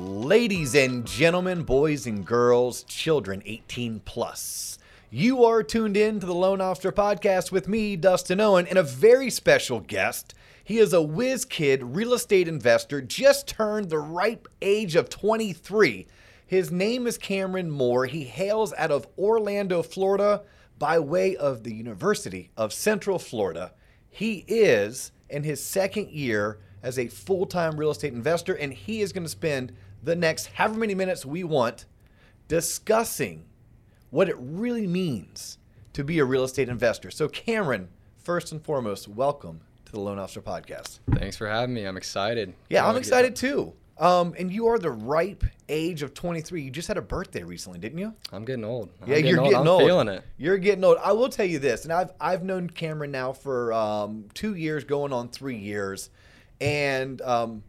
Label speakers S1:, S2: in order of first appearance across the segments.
S1: Ladies and gentlemen, boys and girls, children 18 plus. You are tuned in to the Lone Officer Podcast with me, Dustin Owen, and a very special guest. He is a whiz kid real estate investor, just turned the ripe age of 23. His name is Cameron Moore. He hails out of Orlando, Florida, by way of the University of Central Florida. He is in his second year as a full time real estate investor, and he is going to spend the next however many minutes we want discussing what it really means to be a real estate investor. So, Cameron, first and foremost, welcome to the Loan Officer Podcast.
S2: Thanks for having me. I'm excited.
S1: Yeah, I'm
S2: Wanna get-
S1: excited too. Um, and you are the ripe age of 23. You just had a birthday recently, didn't you?
S2: I'm getting old. I'm
S1: Yeah, you're getting
S2: I'm
S1: old.
S2: feeling it.
S1: You're getting old. I will tell you this, and I've I've known Cameron now for um, two years, going on three years, and um,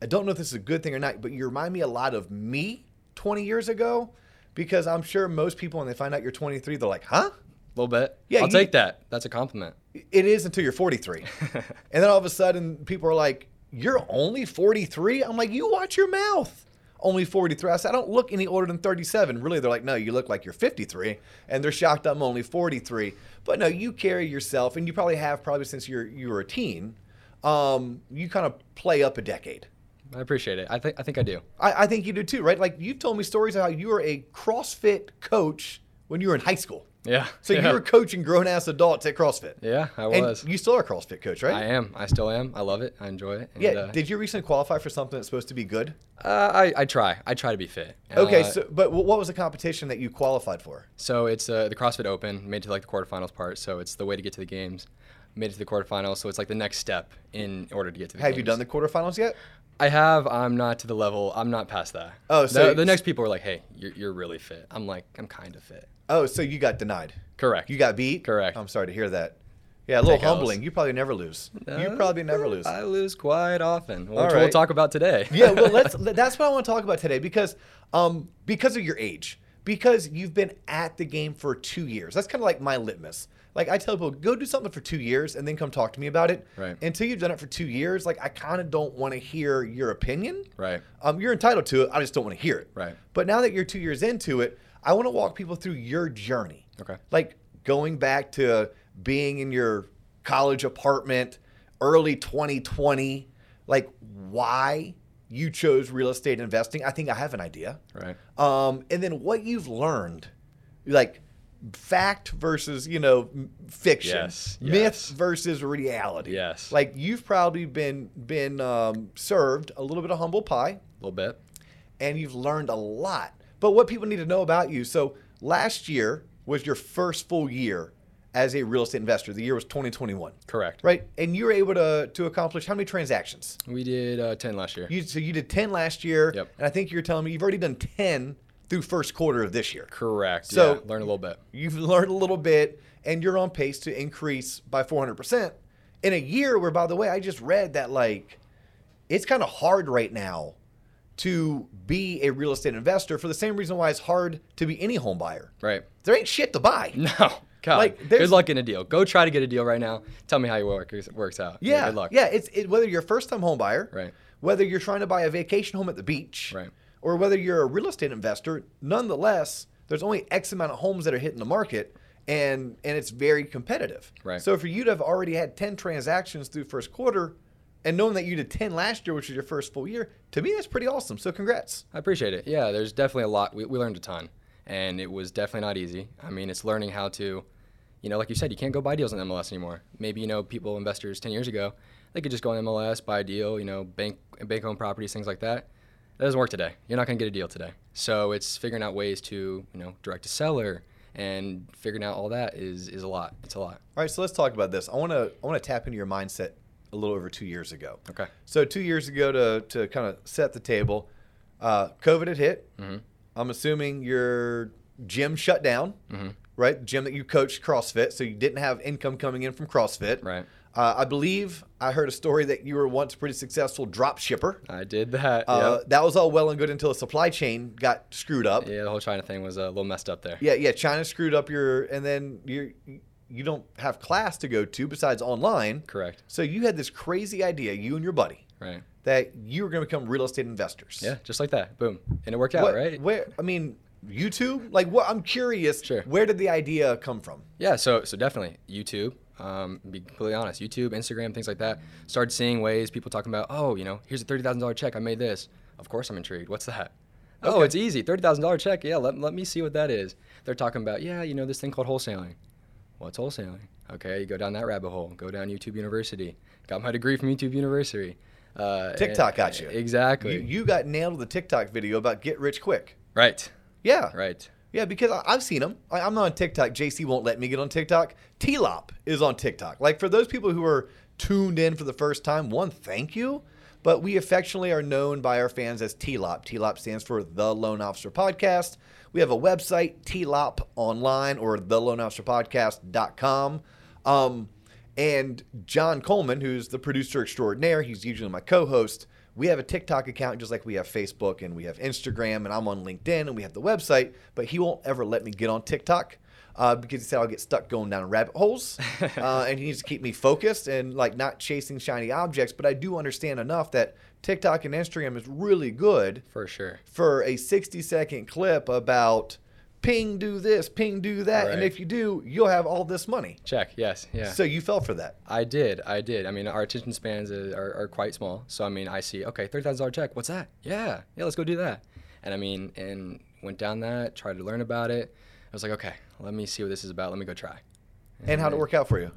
S1: I don't know if this is a good thing or not, but you remind me a lot of me 20 years ago, because I'm sure most people when they find out you're 23, they're like, huh?
S2: A little bit.
S1: Yeah,
S2: I'll
S1: you-
S2: take that. That's a compliment.
S1: It is until you're 43, and then all of a sudden people are like, you're only 43. I'm like, you watch your mouth. Only 43. I said, I don't look any older than 37. Really, they're like, no, you look like you're 53. And they're shocked I'm only 43. But no, you carry yourself, and you probably have probably since you're you were a teen. Um, you kind of play up a decade.
S2: I appreciate it. I think I think I do.
S1: I, I think you do too, right? Like you've told me stories of how you were a CrossFit coach when you were in high school.
S2: Yeah.
S1: So
S2: yeah.
S1: you were coaching grown ass adults at CrossFit.
S2: Yeah, I
S1: And
S2: was.
S1: you still are a CrossFit coach, right?
S2: I am. I still am. I love it. I enjoy it. And,
S1: Yeah.
S2: Uh,
S1: Did you recently qualify for something that's supposed to be good?
S2: uh, I I try. I try to be fit.
S1: Okay,
S2: Uh,
S1: so but wh- what was the competition that you qualified for?
S2: so it's uh, the CrossFit Open made it to like the quarterfinals part. So it's the way to get to the games. Made it to the quarterfinals. So it's like the next step in order to get to the.
S1: Have you
S2: games.
S1: done the quarterfinals yet?
S2: I have. I'm not to the level. I'm not past that.
S1: Oh, so
S2: the, the
S1: it's-
S2: next people were like, "Hey, you're, you're really fit." I'm like, "I'm kind of fit."
S1: Oh, so you got denied.
S2: Correct.
S1: You got beat.
S2: Correct.
S1: I'm sorry to hear that. Yeah, a little
S2: Take L's.
S1: humbling. You probably never lose. you
S2: Uh,
S1: probably never lose.
S2: I lose quite often, which we'll
S1: right.
S2: talk about today.
S1: yeah, well, let's. That's what I want to talk about today because, um, because of your age, because you've been at the game for two years. That's kind of like my litmus. Like I tell people, go do something for two years and then come talk to me about it.
S2: Right.
S1: Until you've done it for two years, like I kind of don't want to hear your opinion.
S2: Right.
S1: Um, you're entitled to it. I just don't want to hear it.
S2: Right.
S1: But now that you're two years into it, I want to walk people through your journey.
S2: Okay.
S1: Like going back to being in your college apartment, early 2020, like why you chose real estate investing. I think I have an idea.
S2: Right.
S1: Um, and then what you've learned, like fact versus, you know, m- fiction,
S2: Yes,
S1: myth
S2: yes.
S1: versus reality.
S2: Yes.
S1: Like you've probably been, been um, served a little bit of humble pie
S2: A little bit.
S1: and you've learned a lot. But what people need to know about you so last year was your first full year as a real estate investor. The year was 2021,
S2: Correct.
S1: right? And you were able to, to accomplish how many transactions?
S2: We did uh, 10 last year.
S1: You, so you did 10 last year,
S2: Yep.
S1: and I think you're telling me you've already done 10 through first quarter of this year.
S2: Correct.
S1: So-
S2: yeah, learn a little bit.
S1: You've learned a little bit, and you're on pace to increase by 400% in a year where, by the way, I just read that like it's kind of hard right now to be a real estate investor for the same reason why it's hard to be any home buyer.
S2: Right.
S1: There ain't shit to buy.
S2: No. God.
S1: Like, there's-
S2: good luck in a deal. Go try to get a deal right now. Tell me how your work is- works out.
S1: Yeah,
S2: Good luck.
S1: Yeah, it's it, whether you're a first-time home buyer,
S2: Right.
S1: Whether you're trying to buy a vacation home at the beach,
S2: Right.
S1: Or whether you're a real estate investor, nonetheless, there's only X amount of homes that are hitting the market, and and it's very competitive.
S2: Right.
S1: So for you to have already had ten transactions through first quarter, and knowing that you did ten last year, which was your first full year, to me that's pretty awesome. So congrats.
S2: I appreciate it. Yeah, there's definitely a lot. We, we learned a ton, and it was definitely not easy. I mean, it's learning how to, you know, like you said, you can't go buy deals on MLS anymore. Maybe you know, people investors ten years ago, they could just go on MLS, buy a deal, you know, bank bank owned properties, things like that. That doesn't work today. You're not going to get a deal today. So it's figuring out ways to, you know, direct a seller and figuring out all that is is a lot. It's a lot.
S1: All right, so let's talk about this. I want to I want to tap into your mindset a little over two years ago.
S2: Okay.
S1: So two years ago, to to kind of set the table, uh, COVID had hit.
S2: Mm-hmm.
S1: I'm assuming your gym shut down,
S2: Mm-hmm.
S1: right? The gym that you coached CrossFit, so you didn't have income coming in from CrossFit.
S2: Right.
S1: Uh, I believe I heard a story that you were once a pretty successful drop shipper.
S2: I did that.
S1: Uh, That was all well and good until the supply chain got screwed up.
S2: yeah. Yeah. The whole China thing was a little messed up there.
S1: Yeah, yeah. China screwed up your, and then you you don't have class to go to besides online.
S2: Correct.
S1: So you had this crazy idea, you and your buddy,
S2: Right.
S1: that you were going to become real estate investors.
S2: Yeah, just like that. Boom. And it worked out,
S1: What-
S2: right?
S1: Where? I mean, YouTube. Like, what? I'm curious.
S2: Sure.
S1: Where did the idea come from?
S2: Yeah, so so definitely YouTube. Um, be completely honest, YouTube, Instagram, things like that. Started seeing ways people talking about, oh, you know, here's a thirty thousand dollar check. I made this. Of course, I'm intrigued. What's that? Oh, it's easy. Thirty thousand dollar check. Yeah, let, let me see what that is. They're talking about, yeah, you know, this thing called wholesaling. What's wholesaling? Okay, you go down that rabbit hole. Go down YouTube University. Got my degree from YouTube University. Uh,
S1: TikTok got you.
S2: Exactly.
S1: You, you got nailed with a TikTok video about get rich quick.
S2: right.
S1: Yeah.
S2: Right.
S1: Yeah, because I, I've seen them. I, I'm not on TikTok. JC won't let me get on TikTok. T-Lop is on TikTok. Like for those people who are tuned in for the first time, one, thank you. But we affectionately are known by our fans as T-Lop. T-Lop stands for The Loan Officer Podcast. We have a website, T-Lop online or theloanofficerpodcast.com. Um, and John Coleman, who's the producer extraordinaire, he's usually my co-host. We have a TikTok account just like we have Facebook and we have Instagram and I'm on LinkedIn and we have the website, but he won't ever let me get on TikTok uh, because he said I'll get stuck going down rabbit holes uh, and he needs to keep me focused and like not chasing shiny objects. But I do understand enough that TikTok and Instagram is really good
S2: For sure.
S1: for a 60 second clip about ping, do this, ping, do that. And
S2: Right.
S1: if you do, you'll have all this money.
S2: Check. Yes. Yeah.
S1: So you fell for that.
S2: I did. I did. I mean, our attention spans is, are, are quite small. So I mean, I see. Okay, thirty thousand dollar check. What's that? Yeah, yeah. Let's go do that. And I mean, and went down that. Tried to learn about it. I was like, okay, let me see what this is about. Let me go try.
S1: And how'd it work out for you?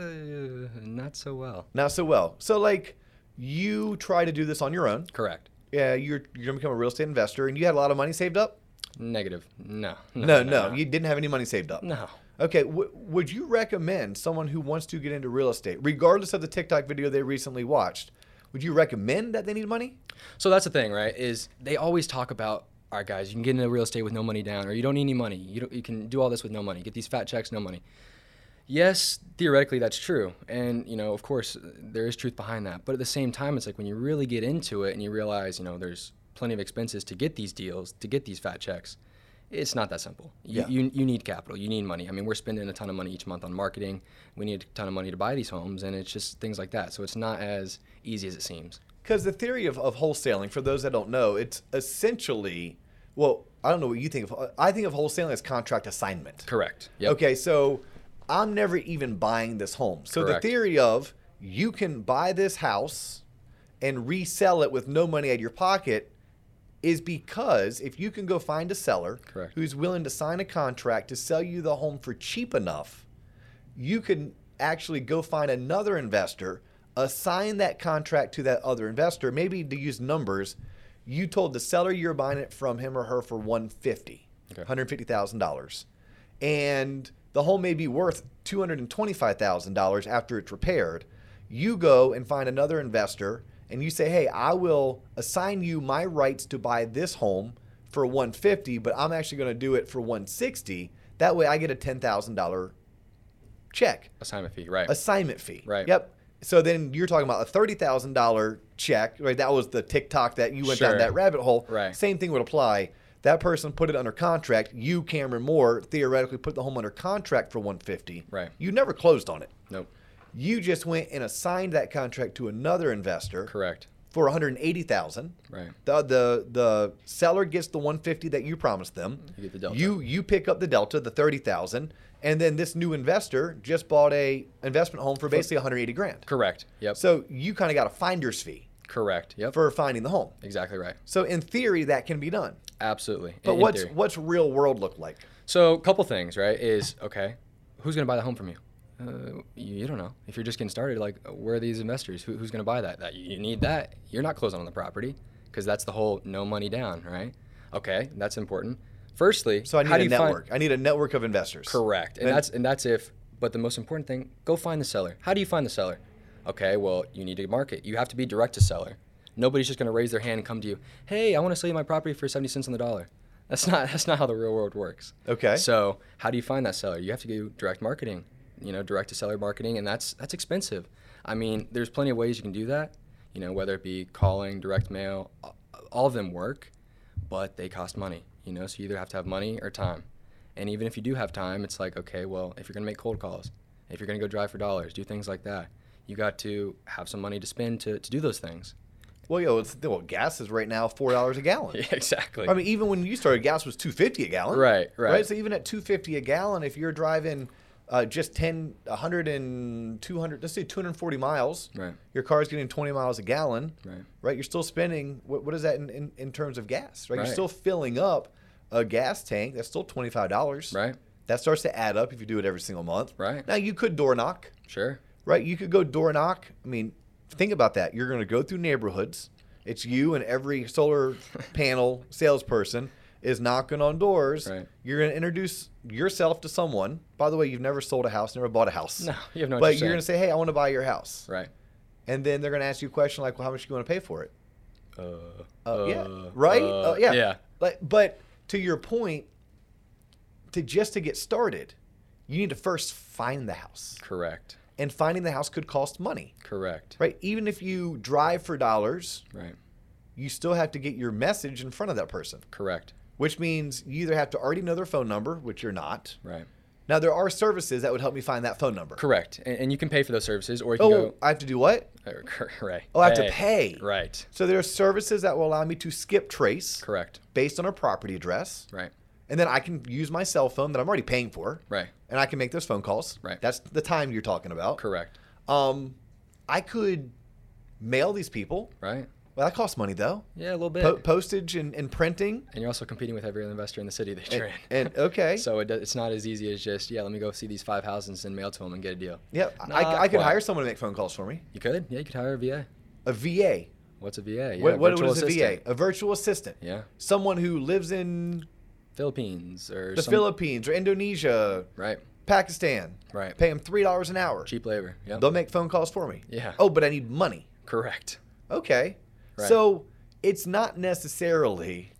S2: Uh, not so well.
S1: Not so well. So like you try to do this on your own.
S2: Correct.
S1: Yeah, you're you're gonna become a real estate investor and you had a lot of money saved up?
S2: Negative. No.
S1: No, no, you didn't have any money saved up.
S2: No.
S1: Okay, w- would you recommend someone who wants to get into real estate, regardless of the TikTok video they recently watched, would you recommend that they need money?
S2: So that's the thing, right? Is they always talk about, all right, guys, you can get into real estate with no money down, or you don't need any money. You don't, you can do all this with no money. Get these fat checks, no money. Yes, theoretically that's true, and you know, of course, there is truth behind that. But at the same time, it's like when you really get into it and you realize, you know, there's plenty of expenses to get these deals, to get these fat checks. It's not that simple. You,
S1: Yeah.
S2: you, you need capital. You need money. I mean, we're spending a ton of money each month on marketing. We need a ton of money to buy these homes, and it's just things like that. So it's not as easy as it seems.
S1: Because the theory of, of wholesaling, for those that don't know, it's essentially, well, I don't know what you think of. I think of wholesaling as contract assignment.
S2: Correct. Yep.
S1: Okay, so I'm never even buying this home. So
S2: Correct.
S1: the theory of you can buy this house and resell it with no money out of your pocket is because if you can go find a seller
S2: Correct.
S1: who's willing to sign a contract to sell you the home for cheap enough, you can actually go find another investor, assign that contract to that other investor, maybe to use numbers. You told the seller you're buying it from him or her for 150,
S2: Okay.
S1: $150,000. And the home may be worth $225,000 after it's repaired. You go and find another investor and you say, "Hey, I will assign you my rights to buy this home for 150, but I'm actually going to do it for 160. That way I get a $10,000 check
S2: assignment fee, right?
S1: assignment fee.
S2: Right.
S1: Yep. So then you're talking about a thirty thousand dollar check, right? That was the TikTok that you went down
S2: Sure.
S1: that rabbit hole.
S2: Right.
S1: Same thing would apply. That person put it under contract. You, Cameron Moore, theoretically put the home under contract for one fifty.
S2: Right.
S1: You never closed on it.
S2: nope.
S1: You just went and assigned that contract to another investor
S2: Correct.
S1: for one hundred eighty thousand.
S2: Right.
S1: The, the the seller gets the 150 that you promised them.
S2: You get the delta.
S1: You you pick up the delta, the 30,000, and then this new investor just bought a investment home for basically 180 grand.
S2: Correct. Yep.
S1: So you kind of got a finder's fee
S2: Correct. Yep.
S1: for finding the home.
S2: exactly right.
S1: So in theory that can be done.
S2: Absolutely. In-
S1: But
S2: in
S1: what's
S2: theory.
S1: what's real world look like?
S2: so? A couple things, right? Is okay. Who's gonna buy the home from you? Uh, you, you don't know. If you're just getting started, like where are these investors? Who, who's gonna buy that? That you need that. You're not closing on the property because that's the whole no money down, right? Okay, that's important. Firstly,
S1: So I
S2: how
S1: need a
S2: do you find-
S1: network. I need a network of investors.
S2: Correct. And
S1: Then-
S2: that's and that's if but the most important thing, go find the seller. How do you find the seller? Okay, well, you need to market. You have to be direct to seller. Nobody's just going to raise their hand and come to you, "Hey, I want to sell you my property for 70 cents on the dollar." That's not that's not how the real world works.
S1: Okay.
S2: So, how do you find that seller? You have to do direct marketing. You know, direct to seller marketing and that's that's expensive. I mean, there's plenty of ways you can do that, you know, whether it be calling, direct mail, a- all of them work, but they cost money, you know, so you either have to have money or time. And even if you do have time, it's like, okay, well, if you're going to make cold calls, if you're going to go drive for dollars, do things like that, you got to have some money to spend to, to do those things.
S1: Well, yo, it's, well, gas is right now four dollars a gallon.
S2: Yeah, exactly.
S1: I mean, even when you started, gas was two fifty a gallon.
S2: Right, right.
S1: So even at two fifty a gallon, if you're driving uh, just 10, 100 and 200, let's say two hundred forty miles,
S2: Right.
S1: your car's getting twenty miles a gallon.
S2: Right.
S1: Right. You're still spending. What, what is that in, in, in terms of gas? Right. You're
S2: Right.
S1: still filling up a gas tank. That's still twenty five dollars.
S2: right.
S1: That starts to add up if you do it every single month.
S2: Right.
S1: Now you could door knock
S2: Sure.
S1: right? You could go door knock. I mean, think about that. You're going to go through neighborhoods. It's you and every solar panel salesperson is knocking on doors.
S2: Right.
S1: You're going to introduce yourself to someone. By the way, you've never sold a house, never bought a house.
S2: No, you have no
S1: But
S2: interest
S1: you're
S2: in
S1: going to say, "Hey, I want to buy your house,"
S2: Right.
S1: and then they're going to ask you a question like, "Well, how much you want to pay for it?"
S2: Uh,
S1: Uh, yeah.
S2: uh,
S1: Right.
S2: uh,
S1: Uh, yeah.
S2: Yeah.
S1: But but to your point, to just to get started, you need to first find the house,
S2: Correct.
S1: and finding the house could cost money.
S2: Correct.
S1: right? Even if you drive for dollars,
S2: Right.
S1: you still have to get your message in front of that person,
S2: Correct.
S1: which means you either have to already know their phone number, which you're not.
S2: Right.
S1: Now, there are services that would help me find that phone number.
S2: Correct. And, and you can pay for those services, or you can
S1: Oh,
S2: go.
S1: I have to do what?
S2: or- cor- right.
S1: Oh, I have to pay.
S2: Right.
S1: So there are services that will allow me to skip trace
S2: Correct.
S1: based on a property address.
S2: Right.
S1: And then I can use my cell phone that I'm already paying for,
S2: Right.
S1: and I can make those phone calls.
S2: Right.
S1: That's the time you're talking about.
S2: Correct.
S1: Um, I could mail these people.
S2: Right.
S1: Well, that costs money, though.
S2: Yeah, a little bit.
S1: Po- postage and, and printing.
S2: and you're also competing with every other investor in the city
S1: And-
S2: that you're in.
S1: and- okay.
S2: so it, do- it's not as easy as just yeah, let me go see these five houses and mail to them and get a deal.
S1: Yeah, I- I,
S2: Not
S1: I could
S2: quite.
S1: hire someone to make phone calls for me.
S2: You could. Yeah, you could hire a VA.
S1: A VA.
S2: What's a VA? Yeah,
S1: what, what
S2: virtual
S1: what is a
S2: assistant.
S1: VA? A virtual assistant.
S2: Yeah,
S1: Someone who lives in
S2: Philippines or
S1: the
S2: some-
S1: Philippines or Indonesia,
S2: Right.
S1: Pakistan.
S2: Right.
S1: Pay them three dollars an hour.
S2: Cheap labor. Yeah.
S1: They'll make phone calls for me.
S2: Yeah.
S1: Oh, but I need money.
S2: Correct.
S1: Okay.
S2: Right.
S1: So it's not necessarily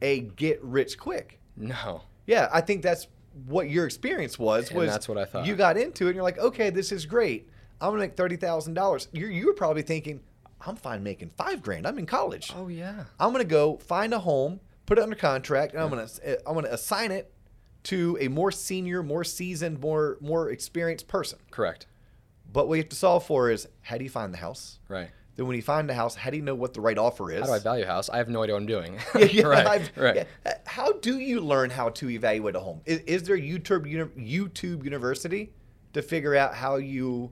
S1: a get rich quick.
S2: No.
S1: Yeah, I think that's what your experience was.
S2: And
S1: was
S2: that's what I thought.
S1: You got into it, and you're like, okay, this is great. I'm gonna make thirty thousand dollars. You you were probably thinking, I'm fine making five grand. I'm in college.
S2: Oh yeah.
S1: I'm gonna go find a home, put it under contract, and I'm gonna uh, I'm gonna assign it to a more senior, more seasoned, more more experienced person.
S2: Correct.
S1: But what you have to solve for is how do you find the house?
S2: Right.
S1: Then when you find the house, how do you know what the right offer is?
S2: How do I value a house? I have no idea what I'm doing.
S1: yeah, yeah,
S2: right.
S1: I've-
S2: right.
S1: yeah. Uh, How do you learn how to evaluate a home? Is, is there YouTube uni- YouTube University to figure out how you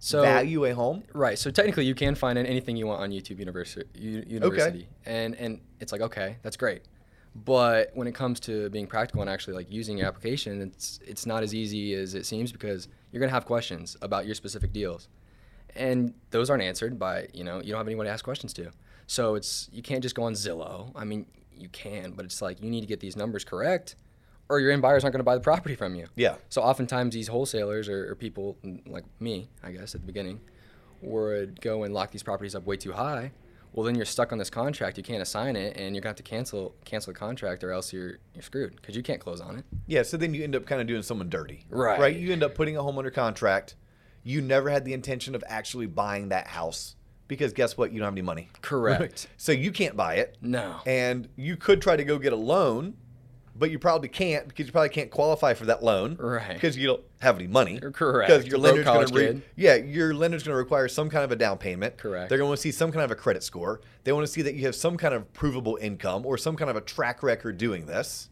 S2: So
S1: value a home?
S2: Right. So technically, you can find anything you want on YouTube University. University. And and it's like okay, that's great. But when it comes to being practical and actually like using your application, it's it's not as easy as it seems because you're gonna have questions about your specific deals, and those aren't answered by you know you don't have anyone to ask questions to. So it's you can't just go on Zillow. I mean you can, but it's like you need to get these numbers correct, or your end buyers aren't gonna buy the property from you.
S1: Yeah.
S2: So oftentimes these wholesalers or, or people n- like me, I guess at the beginning, would go and lock these properties up way too high. Well, then you're stuck on this contract. You can't assign it, and you're gonna have to cancel cancel the contract, or else you're you're screwed because you can't close on it.
S1: Yeah. So then you end up kind of doing someone dirty,
S2: Right.
S1: Right. You end up putting a home under contract. You never had the intention of actually buying that house because guess what? You don't have any money,
S2: Correct.
S1: so you can't buy it.
S2: no.
S1: And you could try to go get a loan, but you probably can't because you probably can't qualify for that loan,
S2: Right.
S1: Because you don't have any money,
S2: Correct.
S1: Because your
S2: Broke
S1: lender's going
S2: college
S1: to re-
S2: kid.
S1: yeah, your lender's going to require some kind of a down payment.
S2: Correct.
S1: They're going to want to see some kind of a credit score. They want to see that you have some kind of provable income or some kind of a track record doing this.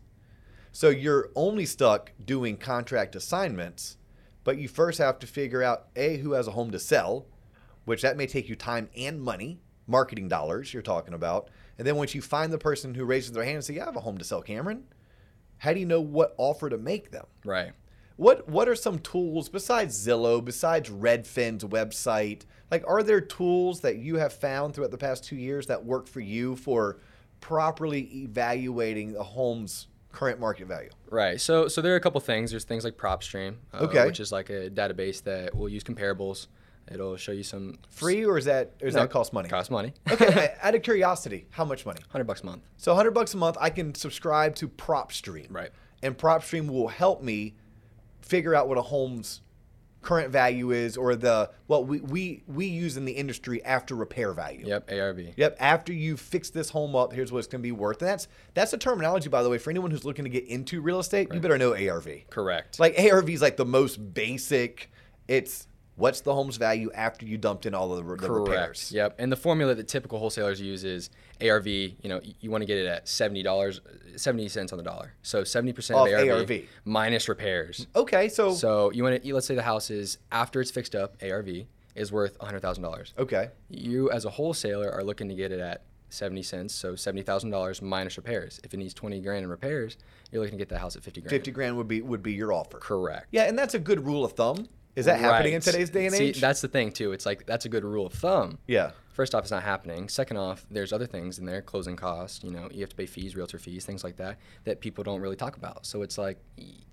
S1: So you're only stuck doing contract assignments, but you first have to figure out a who has a home to sell, which that may take you time and money, marketing dollars you're talking about. And then once you find the person who raises their hand and say, "Yeah, I have a home to sell, Cameron," how do you know what offer to make them?
S2: Right.
S1: What what are some tools besides Zillow, besides Redfin's website? Like are there tools that you have found throughout the past 2 years that work for you for properly evaluating a home's current market value?
S2: Right. So so there are a couple things. There's things like PropStream, uh,
S1: Okay.
S2: which is like a database that will use comparables. It'll show you some
S1: Free or is that or does that cost money?
S2: Cost money.
S1: okay, I- out of curiosity, how much money?
S2: Hundred bucks a month.
S1: So 100 bucks a month I can subscribe to PropStream.
S2: Right.
S1: And PropStream will help me figure out what a home's current value is or the what we we we use in the industry after repair value.
S2: Yep. ARV.
S1: Yep. After you fix this home up, here's what it's going to be worth. And that's that's a terminology, by the way, for anyone who's looking to get into real estate. You better know ARV.
S2: Correct.
S1: Like ARV is like the most basic. It's What's the home's value after you dumped in all of the, the repairs?
S2: Yep. And the formula that typical wholesalers use is ARV. You know, y- you want to get it at seventy dollars, seventy cents on the dollar. So seventy percent
S1: Off
S2: of ARV,
S1: ARV.
S2: minus repairs.
S1: Okay, so,
S2: So you want to let's say the house is after it's fixed up, ARV is worth hundred thousand dollars.
S1: okay,
S2: You as a wholesaler are looking to get it at seventy cents, so seventy thousand dollars minus repairs. If it needs twenty grand in repairs, you're looking to get the house at fifty grand.
S1: fifty grand would be would be your offer.
S2: Correct.
S1: Yeah, and that's a good rule of thumb. Is that happening in
S2: Right.
S1: today's day and
S2: See,
S1: age?
S2: that's the thing too. It's like that's a good rule of thumb.
S1: yeah.
S2: First off, it's not happening. Second off, there's other things in there, closing costs. You know, you have to pay fees, realtor fees, things like that, that people don't really talk about. So it's like,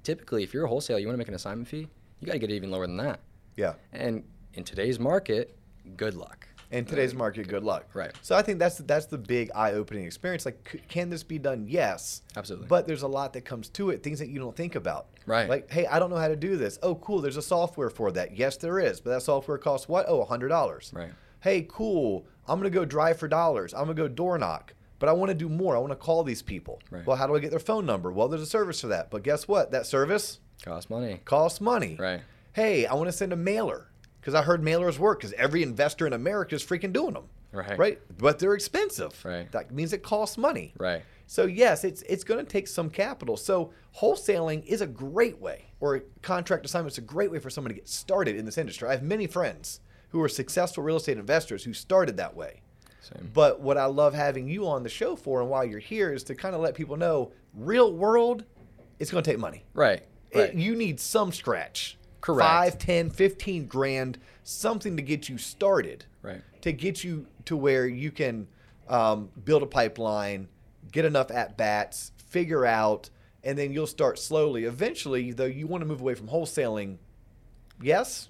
S2: typically, if you're a wholesaler, you want to make an assignment fee, you got to get it even lower than that.
S1: Yeah.
S2: And in today's market, good luck.
S1: In today's market, good luck.
S2: Right.
S1: So I think that's that's the big eye-opening experience. Like, c- can this be done? Yes.
S2: Absolutely.
S1: But there's a lot that comes to it, things that you don't think about.
S2: Right.
S1: Like, hey, I don't know how to do this. Oh, cool. There's a software for that. Yes, there is. But that software costs what? Oh, hundred dollars.
S2: Right.
S1: Hey, cool. I'm gonna go drive for dollars. I'm gonna go door knock. But I want to do more. I want to call these people.
S2: Right.
S1: Well, how do I get their phone number? Well, there's a service for that. But guess what? That service
S2: Cost money.
S1: costs money.
S2: Right.
S1: Hey, I want to send a mailer because I heard mailers work because every investor in America is freaking doing them.
S2: Right.
S1: Right. But they're expensive.
S2: Right.
S1: That means it costs money.
S2: Right.
S1: So yes, it's it's going to take some capital. So wholesaling is a great way, or contract assignment is a great way for someone to get started in this industry. I have many friends who are successful real estate investors who started that way.
S2: Same.
S1: But what I love having you on the show for, and why you're here, is to kind of let people know, real world, it's going to take money.
S2: Right. Right.
S1: It, you need some scratch.
S2: Correct.
S1: Five, ten, fifteen grand, something to get you started.
S2: Right.
S1: To get you to where you can um, build a pipeline, get enough at bats, figure out, and then you'll start slowly. Eventually, though, you want to move away from wholesaling. Yes?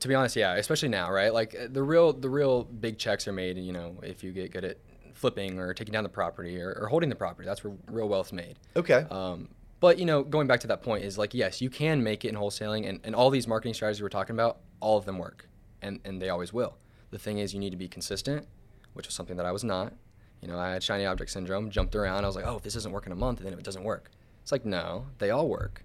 S2: to be honest, yeah, especially now, right? Like uh, the real the real big checks are made, you know, if you get good at flipping or taking down the property or, or holding the property. That's where real wealth's made.
S1: Okay.
S2: Um, but you know, going back to that point is like, yes, you can make it in wholesaling, and, and all these marketing strategies we're talking about, all of them work, and and they always will. The thing is, you need to be consistent, which was something that I was not. You know, I had shiny object syndrome, jumped around. I was like, oh, if this doesn't work in a month, then it doesn't work. It's like no, they all work,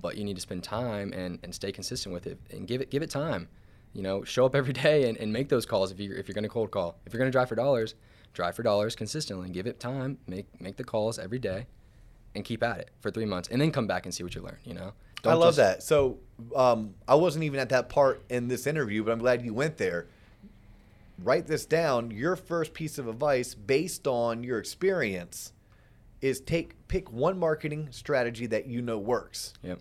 S2: but you need to spend time and, and stay consistent with it and give it give it time. You know, show up every day and, and make those calls if you're if you're gonna cold call. If you're gonna drive for dollars, drive for dollars consistently. Give it time. Make make the calls every day and keep at it for three months and then come back and see what you learn you know
S1: I love
S2: just-
S1: that. So um, I wasn't even at that part in this interview, but I'm glad you went there. Write this down. Your first piece of advice, based on your experience, is take pick one marketing strategy that you know works
S2: yep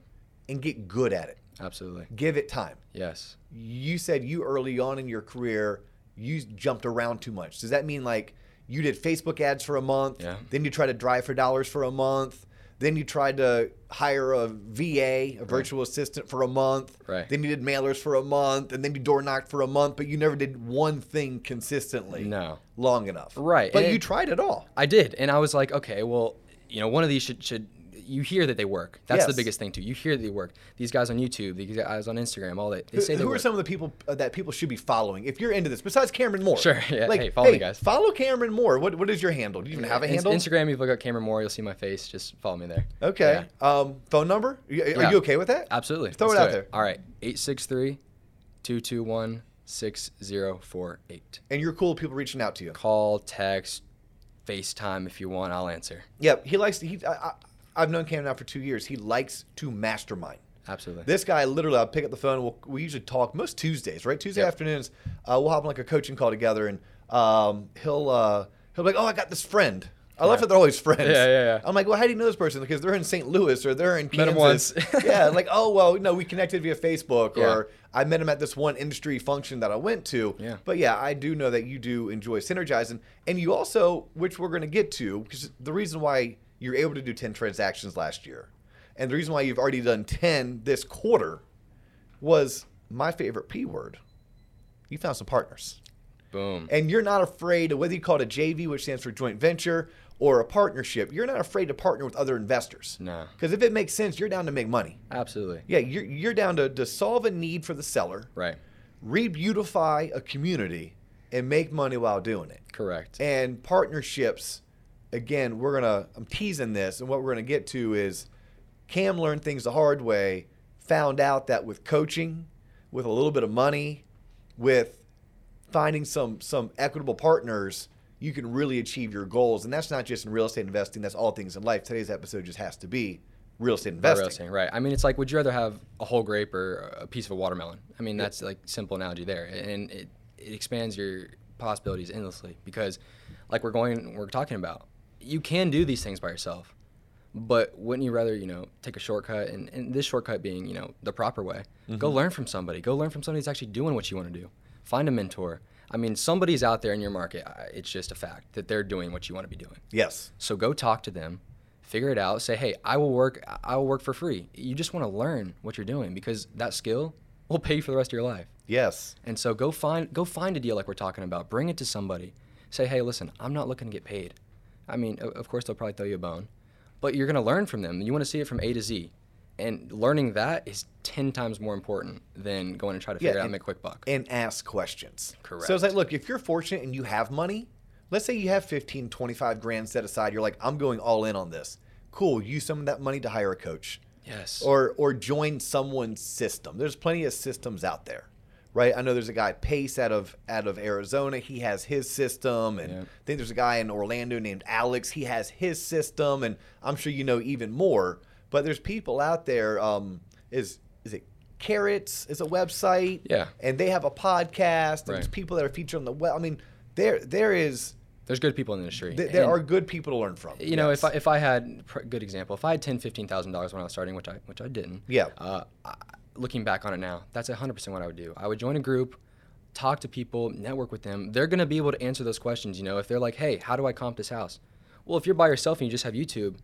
S1: and get good at it.
S2: absolutely
S1: Give it time.
S2: yes
S1: You said you early on in your career you jumped around too much. Does that mean like you did Facebook ads for a month,
S2: Yeah.
S1: then you tried to drive for dollars for a month, then you tried to hire a VA, a virtual assistant for a month,
S2: Right.
S1: then you did mailers for a month, and then you door knocked for a month, but you never did one thing consistently
S2: No.
S1: long enough.
S2: Right,
S1: But
S2: and
S1: you
S2: it-
S1: tried it all.
S2: i did and i was like okay well you know one of these should should you hear that they work that's the
S1: Yes.
S2: biggest thing too you hear that they work these guys on youtube these guys on instagram all that they say
S1: Who
S2: they
S1: who are
S2: work
S1: some of the people uh, that people should be following if you're into this besides Cameron Moore?
S2: Sure, yeah. Hey, follow me, guys.
S1: Follow Cameron Moore. What what is your handle? Do you even have a
S2: In-
S1: handle?
S2: instagram you look up cameron moore you'll see my face just follow me there
S1: Okay. Um, phone number? Are you, are
S2: Yeah. Uh,
S1: you okay with that?
S2: absolutely
S1: Throw
S2: Let's
S1: it
S2: do
S1: out there.
S2: all right 863 221 6048
S1: And you're cool with people reaching out to you.
S2: call text facetime if you want i'll answer
S1: Yep. He likes. He. I, I, I've known Cam now for two years. He likes to mastermind.
S2: absolutely
S1: This guy literally, I'll pick up the phone. We'll, we usually talk most Tuesdays, right? Tuesday
S2: Yep.
S1: afternoons, uh, we'll hop on like a coaching call together, and um, he'll uh, he'll be like, "Oh, I got this friend." I love that they're always friends.
S2: Yeah, yeah, yeah.
S1: I'm like, well, how do you know this person? Because they're in St. Louis or they're in
S2: Met 'em
S1: Kansas.
S2: once.
S1: yeah, like, oh well, no, we connected via Facebook,
S2: Yeah.
S1: or I met him at this one industry function that I went to.
S2: Yeah.
S1: But yeah, I do know that you do enjoy synergizing, and you also, which we're going to get to, because the reason why you're able to do ten transactions last year, and the reason why you've already done ten this quarter, was my favorite p word. You found some partners
S2: boom
S1: and you're not afraid of whether you call it a JV, which stands for joint venture, or a partnership. You're not afraid to partner with other investors.
S2: No.
S1: Because if it makes sense, you're down to make money.
S2: absolutely
S1: Yeah, you're, you're down to, to solve a need for the seller,
S2: right
S1: re-beautify a community, and make money while doing it.
S2: correct
S1: And partnerships, again, we're gonna I'm teasing this, and what we're gonna get to is Cam learned things the hard way, found out that with coaching, with a little bit of money, with finding some some equitable partners, you can really achieve your goals. And that's not just in real estate investing. That's all things in life. Today's episode just has to be real estate
S2: Or
S1: investing.
S2: roasting, right? I mean, it's like, would you rather have a whole grape or a piece of a watermelon? I mean, that's like simple analogy there, and it it expands your possibilities endlessly because, like we're going, we're talking about, you can do these things by yourself, but wouldn't you rather, you know, take a shortcut and, and this shortcut being, you know, the proper way? Go learn from somebody. Go learn from somebody that's actually doing what you want to do. Find a mentor. I mean, somebody's out there in your market. I- It's just a fact that they're doing what you want to be doing.
S1: Yes.
S2: So go talk to them, figure it out. Say, hey, I will work. I will work for free. You just want to learn what you're doing because that skill will pay you for the rest of your life.
S1: Yes.
S2: And so go find go find a deal like we're talking about. Bring it to somebody. Say, hey, listen, I'm not looking to get paid. I mean, o- of course they'll probably throw you a bone, but you're gonna learn from them. You want to see it from A to Z. And learning that is ten times more important than going and try to
S1: Yeah,
S2: figure it
S1: and-
S2: out and make a quick buck.
S1: and ask questions. So it's
S2: Correct.
S1: like, look, if you're fortunate and you have money, let's say you have 15, 25 grand set aside, you're like, I'm going all in on this. Cool, use some of that money to hire a coach
S2: yes.
S1: or or join someone's system. There's plenty of systems out there. Right? I know there's a guy Pace out of out of Arizona. He has his system and
S2: Yeah.
S1: I think there's a guy in Orlando named Alex. He has his system and I'm sure you know even more, but there's people out there um is is it Carrots is a website
S2: Yeah.
S1: and they have a podcast. And There's
S2: Right.
S1: people that are featured on the web. I mean, there there is
S2: There's good people in the industry.
S1: th- there
S2: And-
S1: are good people to learn from.
S2: you know,
S1: Yes.
S2: if I, if I had pr- good example, if I had ten, fifteen thousand dollars when I was starting, which I which I didn't.
S1: Yeah.
S2: Uh, I, looking back on it now, that's hundred percent what I would do. I would join a group, talk to people, network with them. They're gonna be able to answer those questions. You know, if they're like, hey, how do I comp this house? Well, if you're by yourself and you just have YouTube,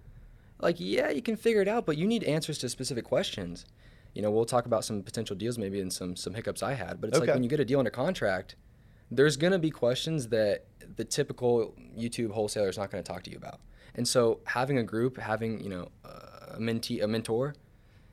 S2: like yeah, you can figure it out, but you need answers to specific questions. You know, we'll talk about some potential deals maybe and some some hiccups I had, but it's
S1: Okay.
S2: like when you get a deal under contract, there's going to be questions that the typical YouTube wholesaler is not going to talk to you about. And so having a group, having, you know, a mentee, a mentor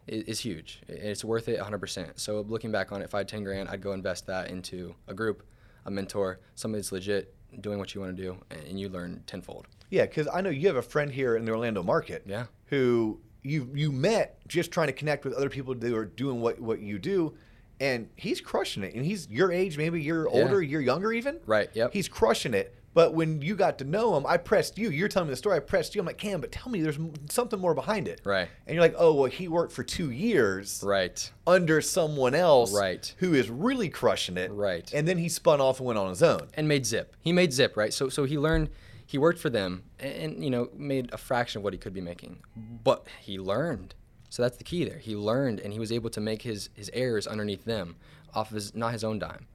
S2: is, is huge. I- It's worth it 100%. So looking back on it, if I had 10 grand, I'd go invest that into a group, a mentor, somebody that's legit doing what you want to do and, and you learn tenfold.
S1: Yeah, because I know you have a friend here in the Orlando market.
S2: Yeah.
S1: Who you you met just trying to connect with other people that are doing what what you do, and he's crushing it. And he's your age, maybe you're
S2: Yeah.
S1: older, you're younger even.
S2: Right, yep.
S1: He's crushing it. But when you got to know him, I pressed you. You're telling me the story. I pressed you. I'm like, Cam, but tell me, there's m- something more behind it.
S2: Right.
S1: And you're like, oh well, he worked for two years
S2: Right.
S1: under someone else,
S2: Right.
S1: Who is really crushing it,
S2: Right.
S1: And then he spun off and went on his own.
S2: and made zip. He made zip, right? So so he learned he worked for them and, and, you know made a fraction of what he could be making, but he learned. So that's the key there. He learned and he was able to make his his errors underneath them off of his not his own dime.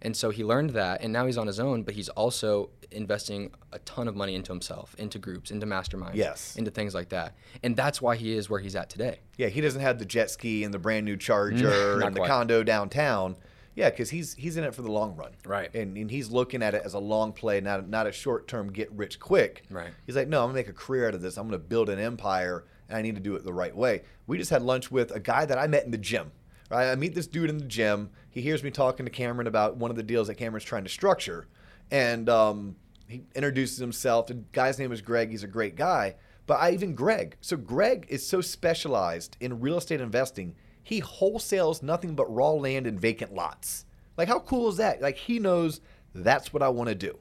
S2: And so he learned that and now he's on his own, but he's also investing a ton of money into himself, into groups, into masterminds,
S1: Yes.
S2: into things like that. And that's why he is where he's at today.
S1: Yeah, he doesn't have the jet ski and the brand new Charger
S2: Mm, Not
S1: and the
S2: quite.
S1: condo downtown. Yeah, because he's he's in it for the long run,
S2: Right.
S1: And, and he's looking at it as a long play, not not a short term get rich quick.
S2: Right.
S1: He's like, no, I'm gonna make a career out of this. I'm gonna build an empire, and I need to do it the right way. We just had lunch with a guy that I met in the gym. Right, I meet this dude in the gym. He hears me talking to Cameron about one of the deals that Cameron's trying to structure, and um, he introduces himself. The guy's name is Greg. He's a great guy. But I even Greg. So Greg is so specialized in real estate investing. He wholesales nothing but raw land and vacant lots. Like how cool is that? Like he knows that's what I want to do.